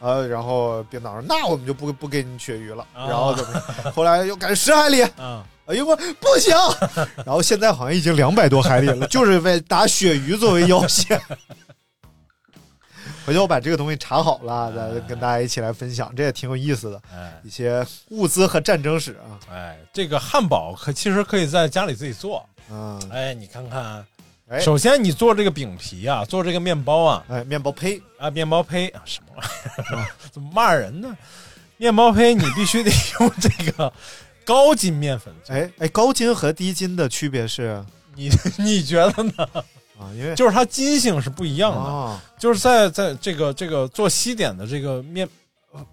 呃，然后冰岛说那我们就不不给你鳕鱼了，
啊
然后怎么？后来又改成十海里，
啊
啊，英国不 行，然后现在好像已经两百多海里了，就是为打鳕鱼作为要挟。回头我把这个东西查好了，再跟大家一起来分享，这也挺有意思的。
哎
一些物资和战争史啊，
哎，这个汉堡可其实可以在家里自己做，
嗯，
哎，你看看。
哎
首先，你做这个饼皮啊，做这个面包啊，
哎，面包胚，
啊，面包胚啊，什么玩意儿？怎么骂人呢？面包胚你必须得用这个高筋面粉做。
哎哎，高筋和低筋的区别是
你 你觉得呢？
啊，因为
就是它筋性是不一样的，
啊，
就是在在这个这个做西点的这个面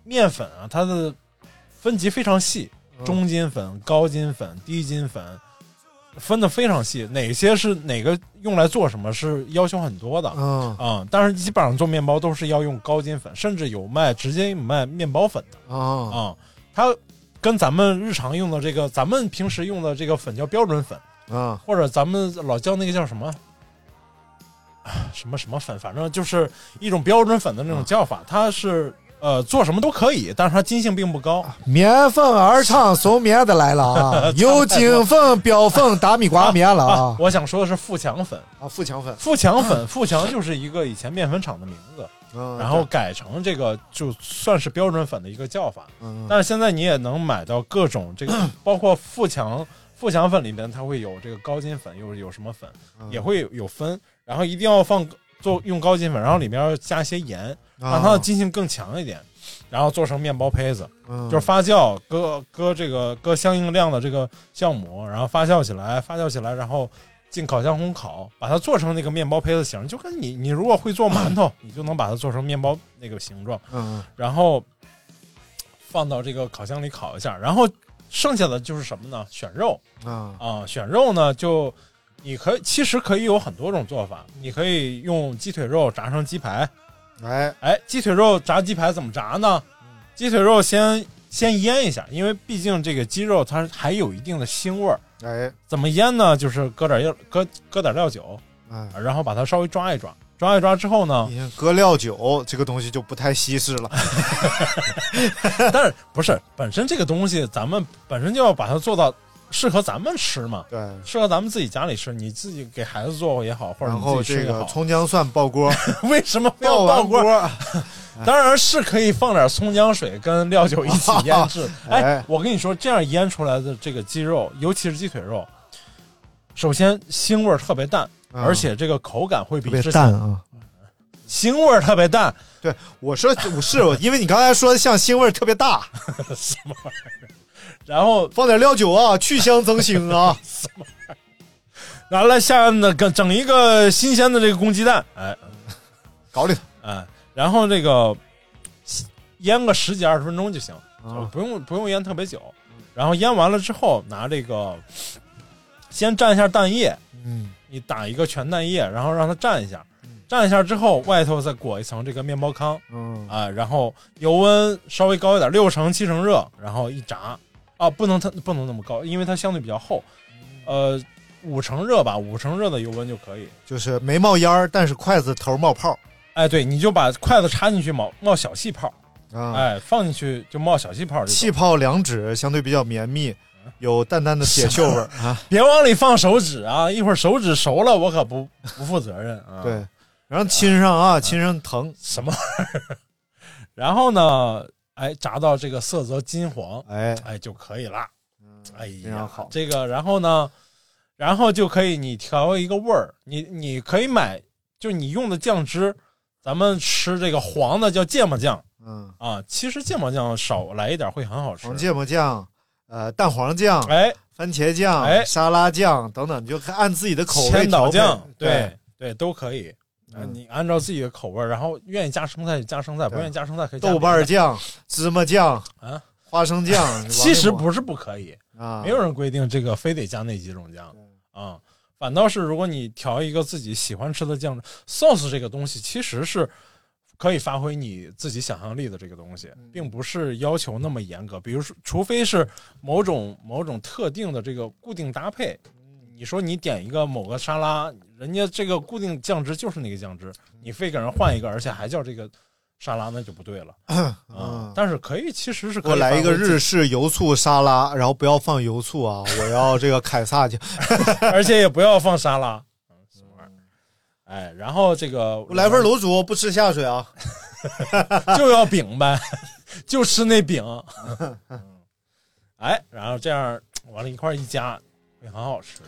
面粉啊，它的分级非常细，中筋粉、高筋粉、低筋粉分的非常细，哪些是哪个用来做什么是要求很多的。
嗯
啊、但是基本上做面包都是要用高筋粉，甚至有卖直接卖面包粉的
啊
啊、它跟咱们日常用的这个，咱们平时用的这个粉叫标准粉，
啊
或者咱们老叫那个叫什么？啊什么什么粉，反正就是一种标准粉的那种叫法，它是呃做什么都可以，但是它筋性并不高。
啊棉粉儿唱送棉的来了 啊，有金粉、标粉、大米瓜棉了啊。
我想说的是富强粉
啊，富强粉，
富强粉，富强就是一个以前面粉厂的名字，
嗯
然后改成这个就算是标准粉的一个叫法。
嗯
但是现在你也能买到各种这个， 包括富强富强粉里边，它会有这个高筋粉，又有什么粉，
嗯
也会有分。然后一定要放做用高筋粉，然后里面要加一些盐，
啊
让它的筋性更强一点，然后做成面包胚子，
嗯
就是发酵，搁搁这个搁相应量的这个酵母，然后发酵起来，发酵起来，然后。进烤箱烘烤，把它做成那个面包胚子形，就跟你你如果会做馒头，你就能把它做成面包那个形状。
嗯
然后放到这个烤箱里烤一下，然后剩下的就是什么呢？选肉
啊
啊、选肉呢就你可以其实可以有很多种做法，你可以用鸡腿肉炸成鸡排，
哎
哎，鸡腿肉炸鸡排怎么炸呢？鸡腿肉先先腌一下，因为毕竟这个鸡肉它还有一定的腥味儿。
哎
怎么腌呢？就是搁点料，搁搁点料酒，
哎，
然后把它稍微抓一抓，抓一抓之后呢，
你看搁料酒这个东西就不太稀 释了。嗯
但是不是本身这个东西，咱们本身就要把它做到适合咱们吃嘛，
对，
适合咱们自己家里吃，你自己给孩子做也好，或者
然
你自
后
己吃
这
也
个
好。
葱姜蒜爆锅，
为什么非要 爆
爆完
锅？
锅
当然是可以放点葱姜水跟料酒一起腌 制。
哎
哎，我跟你说，这样腌出来的这个鸡肉，尤其是鸡腿肉，首先腥味儿特别淡，
嗯
而且这个口感会比
特别
之前
淡啊。
腥味儿特别淡。
对，我说我是我，因为你刚才说的像腥味儿特别大，
什么玩意儿？然后
放点料酒啊，去香增 腥啊。
完了，下面呢，整整一个新鲜的这个公鸡蛋，哎，
嗯搞里头，
哎，然后这个腌个十几二十分钟就行，
啊嗯
就不用不用腌特别久。然后腌完了之后，拿这个先蘸一下蛋液，
嗯，
你打一个全蛋液，然后让它蘸一下，蘸一下之后，外头再裹一层这个面包糠，
嗯
啊，然后油温稍微高一点，六成七成热，然后一炸，啊，不能它不能那么高，因为它相对比较厚，
嗯
呃，五成热吧，五成热的油温就可以。
就是没冒烟儿，但是筷子头冒泡
哎，对，你就把筷子插进去冒冒小气泡，
啊，
哎，放进去就冒小气泡这种，
气泡两指相对比较绵密，
嗯
有淡淡的铁锈味儿啊。
别往里放手指啊，一会儿手指熟了，我可不不负责任啊。
对，然后亲上啊，
嗯
亲上疼。
什么玩意儿？ 然后呢，哎，炸到这个色泽金黄，
哎，
哎就可以啦。哎呀，
嗯非常好
这个，然后呢，然后就可以你调一个味儿，你你可以买，就你用的酱汁，咱们吃这个黄的叫芥末酱
嗯，
啊，其实芥末酱少来一点会很好吃
黄。芥末酱，呃，蛋黄酱，
哎，
番茄酱，
哎
沙拉酱等等，你就看按自己的口味
千岛
调配
酱，
对，
对，都可以。啊
嗯
你按照自己的口味儿，然后愿意加生菜就加生菜，不
对
愿意加生菜可以加
豆
别的
瓣酱、芝麻酱、
啊。，
花生酱
其实不是不可以，
啊，
没有人规定这个非得加那几种酱啊。反倒是如果你调一个自己喜欢吃的酱，sauce 这个东西其实是可以发挥你自己想象力的这个东西，并不是要求那么严格。比如说，除非是某种某种特定的这个固定搭配，你说你点一个某个沙拉，人家这个固定酱汁就是那个酱汁，你非给人换一个，而且还叫这个沙拉，那就不对了啊。但是可以，其实是可以
我来一个
发挥自己
日式油醋沙拉，然后不要放油醋啊，我要这个凯撒酱。
而且也不要放沙拉，嗯，什么玩意儿？哎，然后这个
我来份卤煮，不吃下水啊。
就要饼呗， 就吃那饼。
嗯
哎，然后这样完了，一块儿一夹会很好吃。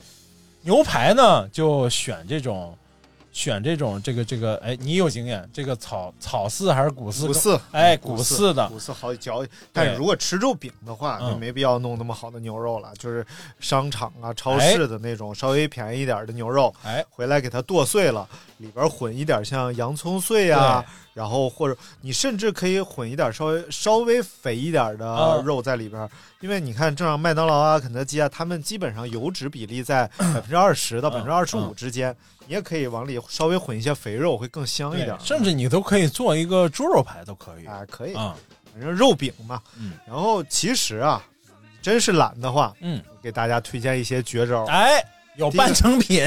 牛排呢，就选这种，选这种这个这个，哎，你有经验，这个草草饲还是谷饲？
骨饲，
哎，
骨
谷饲的
骨饲好嚼。但是如果吃肉饼的话，
嗯哎
就没必要弄那么好的牛肉了，就是商场啊、超市的那种稍微便宜一点的牛肉，
哎，
回来给它剁碎了，里边混一点像洋葱碎啊，然后或者你甚至可以混一点稍微稍微肥一点的
嗯
肉在里边，因为你看正常麦当劳啊、肯德基啊，他们基本上油脂比 例在百分之二十
嗯
到百分之二十五之间，你也可以往里稍微混一些肥肉，会更香一
对
点。
甚至你都可以做一个猪肉排都可以啊、
啊，可以，反正肉饼嘛。
嗯
然后其实啊，真是懒的话，
嗯，
给大家推荐一些绝招。
哎，有半成品，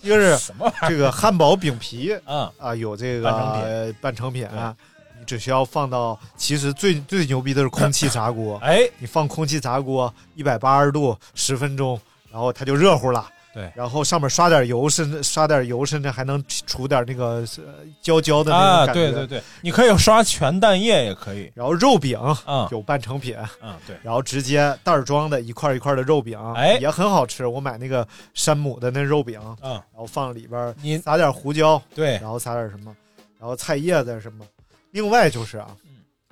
一个是
什么玩意儿
这个汉堡饼皮
啊
啊，有这个
半成品
呃半成品啊，你只需要放到，其实最最牛逼的是空气炸锅，
哎，
你放空气炸锅一百八十度十分钟，然后它就热乎了。
对
然后上面刷点油，甚至刷点油，甚至还能出点那个呃焦焦的那
啊，
种感觉。
对对对，你可以刷全蛋液也可以，
然后肉饼
嗯
有半成品，
嗯，对，
然后直接袋儿装的一块一块的肉饼，
哎
也很好吃。我买那个山姆的那肉饼，
嗯，
然后放里边儿，
你
撒点胡椒，
对
然后撒点什么，然后菜叶子什么。另外就是啊，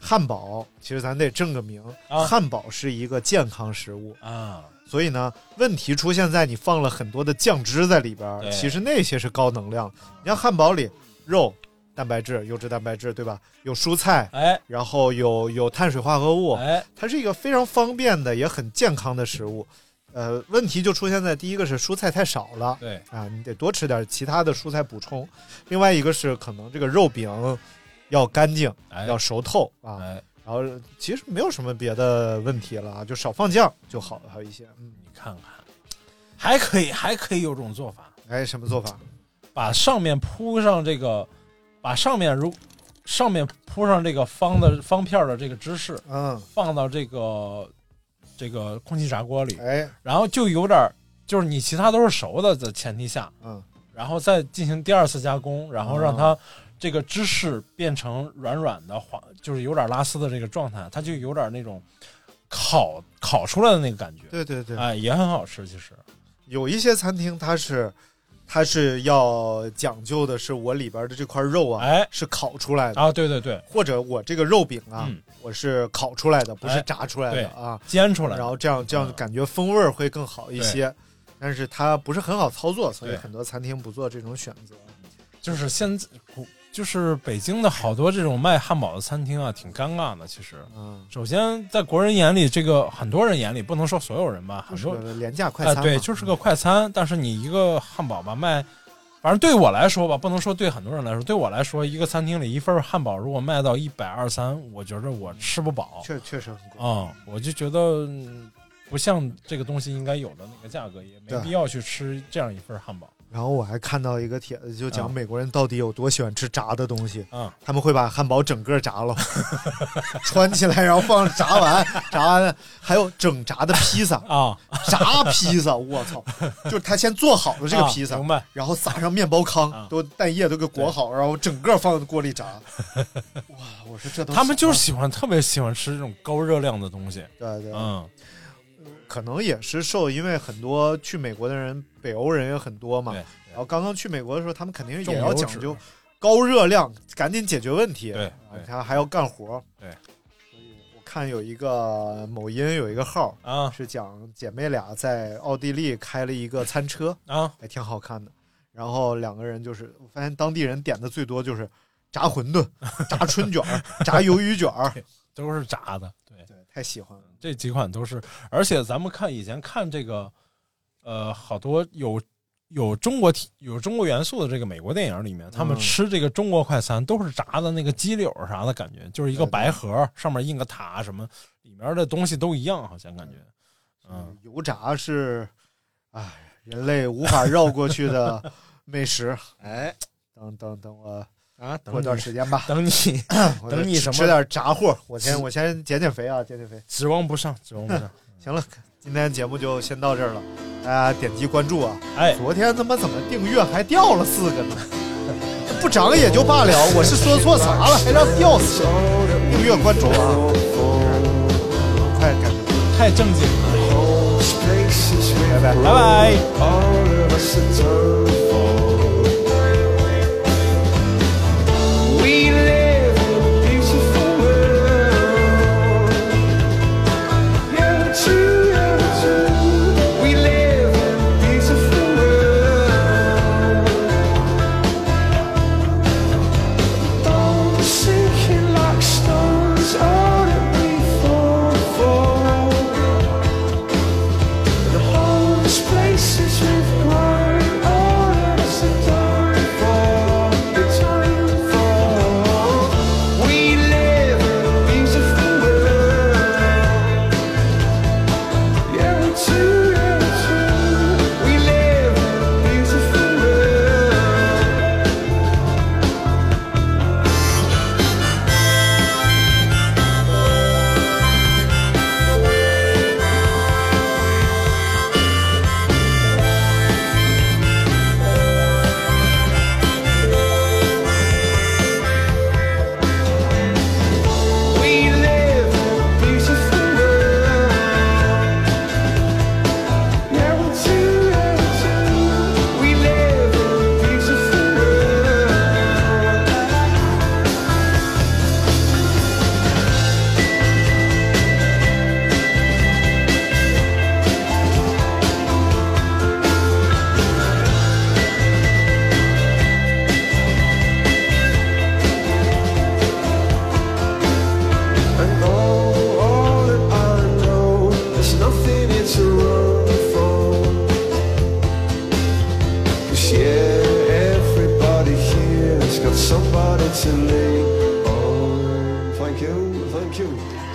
汉堡其实咱得正个名，
嗯啊
汉堡是一个健康食物，
啊，
所以呢，问题出现在你放了很多的酱汁在里边儿
对，嗯
其实那些是高能量。你像汉堡里肉、蛋白质、优质蛋白质，对吧？有蔬菜，
哎
然后有有碳水化合物，
哎，
它是一个非常方便的，也很健康的食物。呃，问题就出现在第一个是蔬菜太少了，
对，
啊，你得多吃点其他的蔬菜补充。另外一个是可能这个肉饼要干净，
哎
要熟透啊。
哎，
然后其实没有什么别的问题了啊，就少放酱就好好一些。嗯，
你看看，还可以还可以有种做法，
哎，什么做法？
把上面铺上这个，把上面如上面铺上这个方的方片儿的这个芝士，
嗯，
放到这个这个空气炸锅里，
哎，
然后就有点儿就是你其他都是熟的的前提下，
嗯，哦
然后再进行第二次加工，然后让它这个芝士变成软软的滑，就是有点拉丝的这个状态，它就有点那种烤烤出来的那个感觉，
对对对，
哎，也很好吃，其实，
有一些餐厅它是它是要讲究的是我里边的这块肉啊，
哎
是烤出来的。
啊，对对对，
或者我这个肉饼啊，
嗯
我是烤出来的，不是
哎
炸出来
对
的啊。
煎出来
然
的，
后这样这样
嗯
感觉风味儿会更好一些，但是它不是很好操作，所以
对
很多餐厅不做这种选择。
就是现在古就是北京的好多这种卖汉堡的餐厅啊，挺尴尬的，其实。
嗯，
首先，在国人眼里，这个很多人眼里，不能说所有人吧，
就
很
是
多
个廉价快
啊，
餐嘛、嗯
对，就是个快餐。但是你一个汉堡吧卖，反正对我来说吧，不能说对很多人来说，对我来说，一个餐厅里一份汉堡如果卖到一百二三，我觉着我吃不饱
确确实很贵。
啊、我就觉得嗯不像这个东西应该有的那个价格，也没
对
必要去吃这样一份汉堡。
然后我还看到一个帖子，就
嗯
讲美国人到底有多喜欢吃炸的东西。
嗯
他们会把汉堡整个炸了， 穿起来，然后放炸完，炸完了还有整炸的披萨，
啊，
炸披萨，我操！就是他先做好了这个
啊
披萨，
明白
然后撒上面包糠，
啊
都蛋液都给裹好，然后整个放锅 里炸。哇，我说这都
他们就是
什
喜欢特别喜欢吃这种高热量的东西。
么对对，
嗯，
可能也是受因为很多去美国的人，北欧人也很多嘛。
对
然后刚刚去美国的时候，他们肯定
重
也要
油
讲
脂
究高热量，赶紧解决问题。
对
啊
对
他还要干活。
对，
所以我看有一个某音有一个号
啊
是讲姐妹俩在奥地利开了一个餐车。
啊，
还挺好看的。然后两个人就是，我发现当地人点的最多就是炸馄饨、 炸春卷儿、炸鱿鱼卷儿，
都是炸的。对，
对，太喜欢了。
这几款都是，而且咱们看以前看这个，呃，好多有有中国题有中国元素的这个美国电影里面，他们
嗯
吃这个中国快餐都是炸的那个鸡柳啥的感觉，就是一个
对对
白盒上面印个塔什么，里面的东西都一样，好像感觉，嗯，
油炸是，哎，人类无法绕过去的美食。
哎
等等等我
啊，
过
等
段
你
时 间吧，
等你
我
等你
吃
什么
吃点炸货，我先我先减减肥啊，减减肥。
指望不上，指望不上，
行了，今天节目就先到这儿了，大家点击关注啊。
哎，
昨天他妈怎么订阅还掉了四个呢？不涨也就罢了，我是说错啥了，还让掉四个？订阅关注啊！快感觉，
太正经了，
拜拜。
拜拜。
We live in a beautiful world. You're true, you're true. We live in a beautiful world. Don't sink in like stones on it before fall. The whole this place is with grown. somebody to lean on. Thank you, thank you.